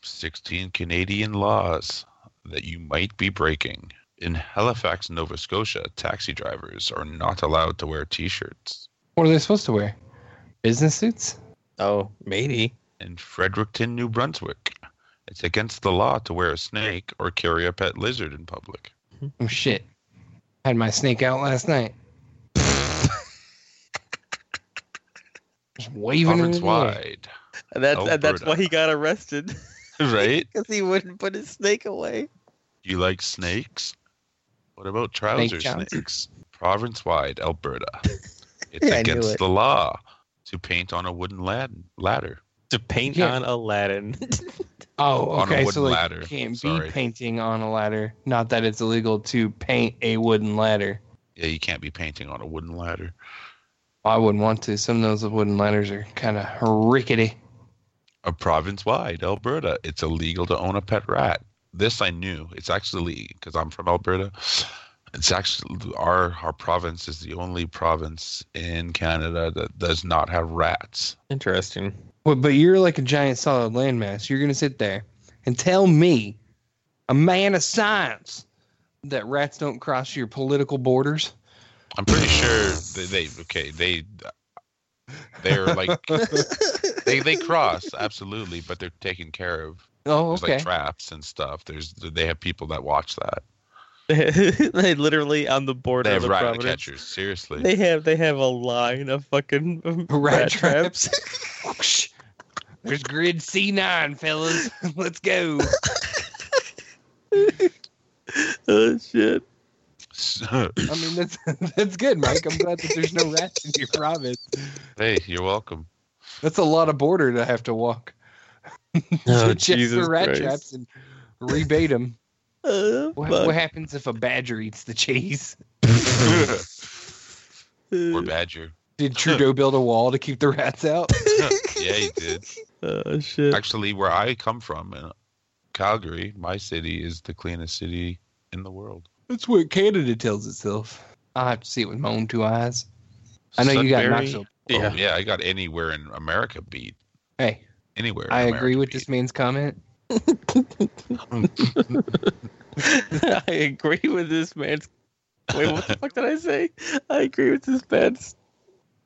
Speaker 3: 16 Canadian laws that you might be breaking. In Halifax, Nova Scotia, taxi drivers are not allowed to wear t shirts.
Speaker 4: What are they supposed to wear? Business suits?
Speaker 2: Oh, maybe.
Speaker 3: In Fredericton, New Brunswick, it's against the law to wear a snake or carry a pet lizard in public.
Speaker 4: Oh shit. Had my snake out last night. Just waving it
Speaker 3: Province
Speaker 4: in the air.
Speaker 3: wide.
Speaker 2: That's uh,
Speaker 3: Alberta.
Speaker 2: that's why he got arrested
Speaker 3: right?
Speaker 2: because he wouldn't put his snake away.
Speaker 3: You like snakes? What about trouser
Speaker 4: Johnson.
Speaker 3: snakes? Province wide, Alberta. It's
Speaker 2: Yeah, I knew
Speaker 3: against
Speaker 2: it.
Speaker 3: the law to paint on a wooden lad- ladder.
Speaker 2: To paint
Speaker 4: Yeah.
Speaker 2: on Aladdin.
Speaker 4: Oh,
Speaker 3: On a
Speaker 4: okay.
Speaker 3: wooden
Speaker 4: So like,
Speaker 3: ladder.
Speaker 4: you can't
Speaker 3: Sorry.
Speaker 4: be painting on a ladder. Not that it's illegal to paint a wooden ladder.
Speaker 3: Yeah, you can't be painting on a wooden ladder.
Speaker 4: I wouldn't want to. Some of those wooden ladders are kind of rickety.
Speaker 3: A province wide, Alberta. It's illegal to own a pet rat. This I knew. It's actually because I'm from Alberta. It's actually our our province is the only province in Canada that does not have rats.
Speaker 2: Interesting.
Speaker 4: Well, but you're like a giant solid landmass. You're going to sit there and tell me, a man of science, that rats don't cross your political borders?
Speaker 3: I'm pretty sure they, they okay they they're like they they cross absolutely, but they're taken care of.
Speaker 4: Oh,
Speaker 3: There's
Speaker 4: okay.
Speaker 3: like traps and stuff. There's they have people that watch that.
Speaker 2: they literally on the border
Speaker 3: They
Speaker 2: of
Speaker 3: have
Speaker 2: the
Speaker 3: rat
Speaker 2: Providence.
Speaker 3: catchers. Seriously.
Speaker 2: They have they have a line of fucking rat,
Speaker 4: Rat
Speaker 2: traps.
Speaker 4: Whoosh. There's grid C9, fellas. Let's go.
Speaker 2: oh shit.
Speaker 4: I mean, that's that's good, Mike. I'm glad that there's no rats in your province.
Speaker 3: hey, you're welcome.
Speaker 4: That's a lot of border to have to walk.
Speaker 2: Oh,
Speaker 4: to check
Speaker 2: Jesus
Speaker 4: for rat
Speaker 2: Christ.
Speaker 4: traps and rebate them.
Speaker 2: Uh,
Speaker 4: What,
Speaker 2: fuck.
Speaker 4: what happens if a badger eats the cheese?
Speaker 3: Or badger.
Speaker 4: Did Trudeau build a wall to keep the rats out?
Speaker 3: yeah, he did.
Speaker 2: Oh shit.
Speaker 3: Actually, where I come from, in Calgary, my city is the cleanest city in the world.
Speaker 4: That's what Canada tells itself. I have to see it with my own two eyes. I know you got
Speaker 3: Sudbury-
Speaker 4: Knoxville.
Speaker 3: Oh,
Speaker 2: Yeah.
Speaker 3: yeah. I got anywhere in America beat.
Speaker 4: Hey,
Speaker 3: Anywhere. in
Speaker 4: I agree
Speaker 3: America
Speaker 4: with this man's comment.
Speaker 2: I agree with this man's. Wait, what the fuck did I say? I agree with this man's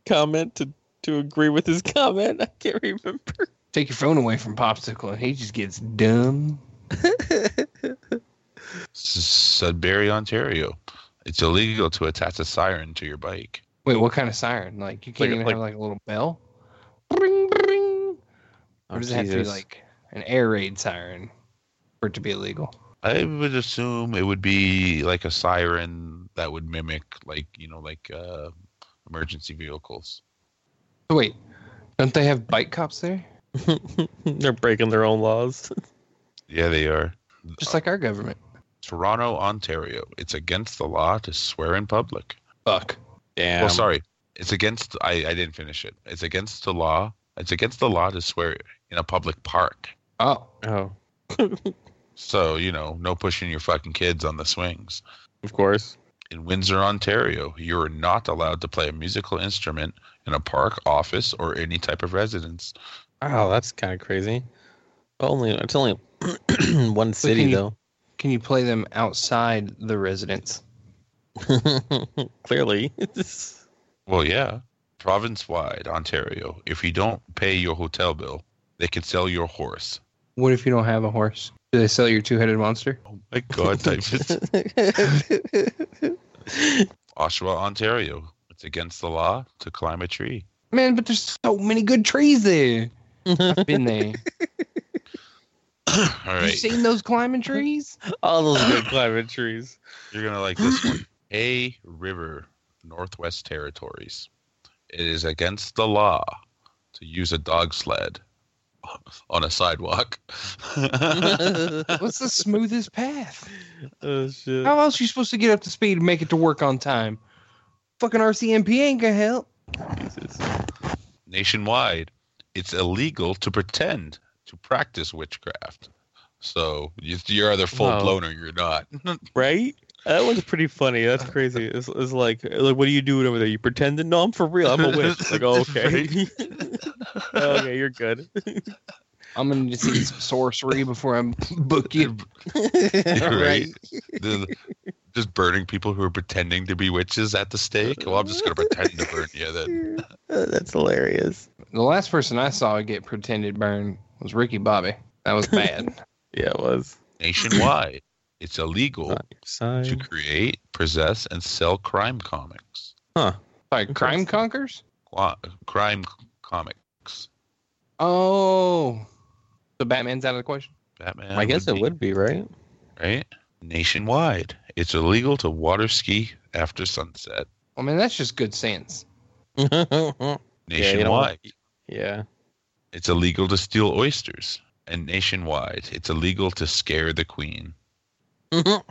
Speaker 2: comment to to agree with his comment. I can't remember.
Speaker 4: Take your phone away from Popsicle, and he just gets dumb.
Speaker 3: beat. S- Sudbury, Ontario. It's illegal to attach a siren to your bike.
Speaker 4: Wait, what kind of siren? Like you can't
Speaker 2: Like-
Speaker 4: even
Speaker 2: like-
Speaker 4: have like a little bell. Bring, bring. Or does it have to be
Speaker 2: Jesus.
Speaker 4: like an air raid siren for it to be illegal?
Speaker 3: I would assume it would be like a siren that would mimic, like you know, like uh, emergency vehicles.
Speaker 4: So wait, don't they have bike cops there?
Speaker 2: They're breaking their own laws.
Speaker 3: Yeah, they are.
Speaker 4: Just like our government.
Speaker 3: Toronto, Ontario. It's against the law to swear in public.
Speaker 4: Fuck.
Speaker 2: Damn.
Speaker 3: Well, sorry. It's against. I, I didn't finish it. It's against the law. It's against the law to swear in a public park.
Speaker 4: Oh,
Speaker 2: Oh,
Speaker 3: So you know, no pushing your fucking kids on the swings.
Speaker 2: of course.
Speaker 3: In Windsor, Ontario, you are not allowed to play a musical instrument in a park, office, or any type of residence.
Speaker 2: Wow, that's kind of crazy. But only it's only one city
Speaker 4: you-
Speaker 2: though.
Speaker 4: can you play them outside the residence?
Speaker 2: Clearly,
Speaker 3: Well, yeah. Province-wide, Ontario. If you don't pay your hotel bill, they can sell your horse.
Speaker 4: What if you don't have a horse? Do they sell your two-headed monster?
Speaker 3: Oh my God, Typhus. Oshawa, Ontario. It's against the law to climb a tree.
Speaker 4: Man, but there's so many good trees there. I've been there.
Speaker 3: All
Speaker 4: You
Speaker 3: right.
Speaker 4: seen those climbing trees?
Speaker 2: all those good climate trees.
Speaker 3: You're gonna like this one. A river, Northwest Territories. It is against the law to use a dog sled on a sidewalk.
Speaker 4: What's the smoothest path?
Speaker 2: oh shit.
Speaker 4: How else you supposed to get up to speed and make it to work on time? Fucking RCMP ain't gonna help.
Speaker 3: Nationwide, it's illegal to pretend to practice witchcraft. So you- you're either full blown or you're not.
Speaker 2: Right? That one's pretty funny. That's crazy. It's, it's like, like, what are you doing over there? You pretending? No, I'm for real. I'm a witch. Like, oh, okay. okay, you're good.
Speaker 4: I'm gonna need to see some sorcery before I'm book you.
Speaker 3: right? The- just burning people who are pretending to be witches at the stake. Well, I'm just gonna pretend to burn you then.
Speaker 2: That's hilarious.
Speaker 4: The last person I saw get pretended burn was Ricky Bobby. That was bad.
Speaker 2: Yeah, it was.
Speaker 3: nationwide. it's illegal to
Speaker 2: Sign.
Speaker 3: create, possess, and sell crime comics.
Speaker 4: like crime conkers?
Speaker 3: Qua- crime c- comics.
Speaker 4: Oh, so Batman's out of the question.
Speaker 3: Batman.
Speaker 2: I guess it
Speaker 3: be,
Speaker 2: would be, right?
Speaker 3: Right? Nationwide. It's illegal to water ski after sunset.
Speaker 4: I mean, that's just good sense.
Speaker 2: you know
Speaker 3: Nationwide.
Speaker 2: yeah.
Speaker 3: it's illegal to steal oysters. And nationwide, it's illegal to scare the queen.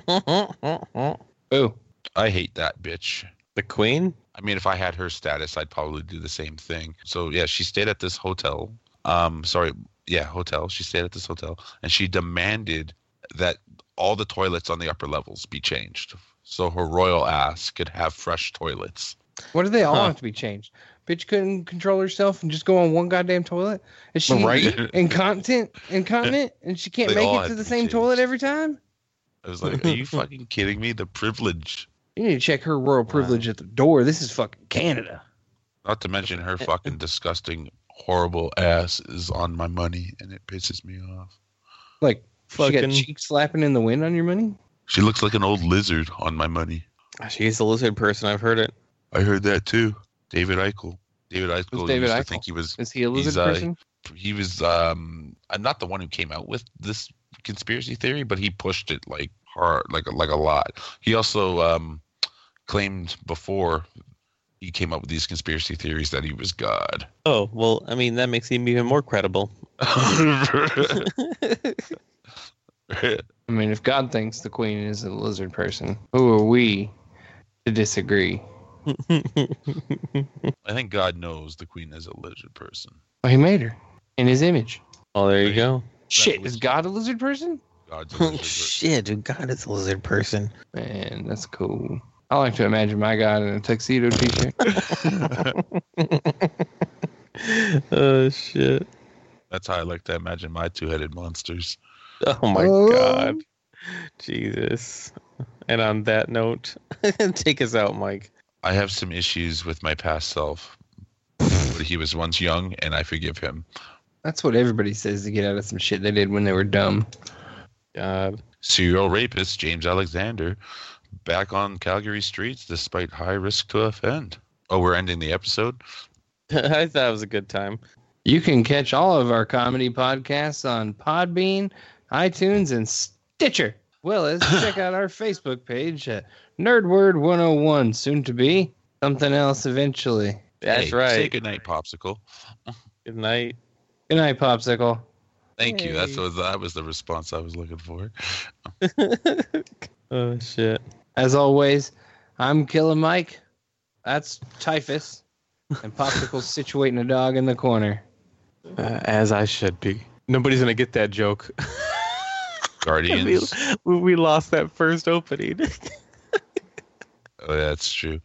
Speaker 2: the
Speaker 4: Oh,
Speaker 3: I hate that bitch.
Speaker 2: queen?
Speaker 3: I mean, if I had her status, I'd probably do the same thing. So yeah, she stayed at this hotel. Um, sorry, yeah, hotel. She stayed at this hotel, and she demanded that all the toilets on the upper levels be changed, so her royal ass could have fresh toilets.
Speaker 4: what do they all
Speaker 2: Huh.
Speaker 4: have to be changed? Bitch couldn't control herself and just go on one goddamn toilet. Is she
Speaker 3: Right?
Speaker 4: incontinent? Incontinent, and she can't
Speaker 3: They all
Speaker 4: make
Speaker 3: had
Speaker 4: it to
Speaker 3: to
Speaker 4: the
Speaker 3: be
Speaker 4: same
Speaker 3: changed.
Speaker 4: toilet every time.
Speaker 3: I was like, are you fucking kidding me? The privilege.
Speaker 4: You need to check her royal privilege at the door. This is fucking Canada.
Speaker 3: Not to mention her fucking disgusting, horrible ass is on my money, and it pisses me off.
Speaker 4: Like she
Speaker 2: Fucking.
Speaker 4: got cheeks slapping in the wind on your money.
Speaker 3: She looks like an old lizard on my money.
Speaker 2: She's a lizard person. I've heard it.
Speaker 3: I heard that too. David Eichel. David Eichel
Speaker 4: David
Speaker 3: used to
Speaker 4: Eichel?
Speaker 3: think he was
Speaker 4: Is he a lizard
Speaker 3: He's, uh,
Speaker 4: person?
Speaker 3: he was um I'm not the one who came out with this conspiracy theory, but he pushed it like hard like like a lot. He also um claimed before he came up with these conspiracy theories that he was God.
Speaker 2: Oh, well, I mean, that makes him even more credible.
Speaker 4: I mean, if God thinks the queen is a lizard person, who are we to disagree?
Speaker 3: I think God knows the queen is a lizard person.
Speaker 4: Well, he made her in his image.
Speaker 2: oh, there you
Speaker 3: Right.
Speaker 2: go.
Speaker 4: Shit, is God a lizard person?
Speaker 3: God's a
Speaker 2: Oh,
Speaker 3: lizard person.
Speaker 2: shit, dude, God is a lizard person.
Speaker 4: Man, that's cool. I like to imagine my God in a tuxedo t-shirt.
Speaker 2: oh shit.
Speaker 3: That's how I like to imagine my two-headed monsters.
Speaker 2: Oh my
Speaker 4: Oh.
Speaker 2: god. Jesus. And on that note, take us out, Mike.
Speaker 3: I have some issues with my past self. But he was once young, and I forgive him.
Speaker 4: That's what everybody says to get out of some shit they did when they were dumb.
Speaker 2: God.
Speaker 3: Serial rapist James Alexander back on Calgary streets despite high risk to offend. Oh, we're ending the episode?
Speaker 2: I thought it was a good time.
Speaker 4: You can catch all of our comedy podcasts on Podbean, iTunes, and Stitcher. Well, as check out our Facebook page at Nerdword 101, soon to be something else eventually.
Speaker 2: That's
Speaker 3: Hey, Say
Speaker 2: right.
Speaker 3: goodnight, Popsicle.
Speaker 2: Good night.
Speaker 4: Good night, Popsicle.
Speaker 3: Thank you. That's
Speaker 2: Hey.
Speaker 3: what, that was the response I was looking for.
Speaker 2: oh shit.
Speaker 4: As always, I'm Killer Mike. That's Typhus. And Popsicle's situating a dog in the corner.
Speaker 2: Uh, as I should be. Nobody's gonna get that joke.
Speaker 3: Guardians.
Speaker 2: we, we lost that first opening.
Speaker 3: Oh, that's true.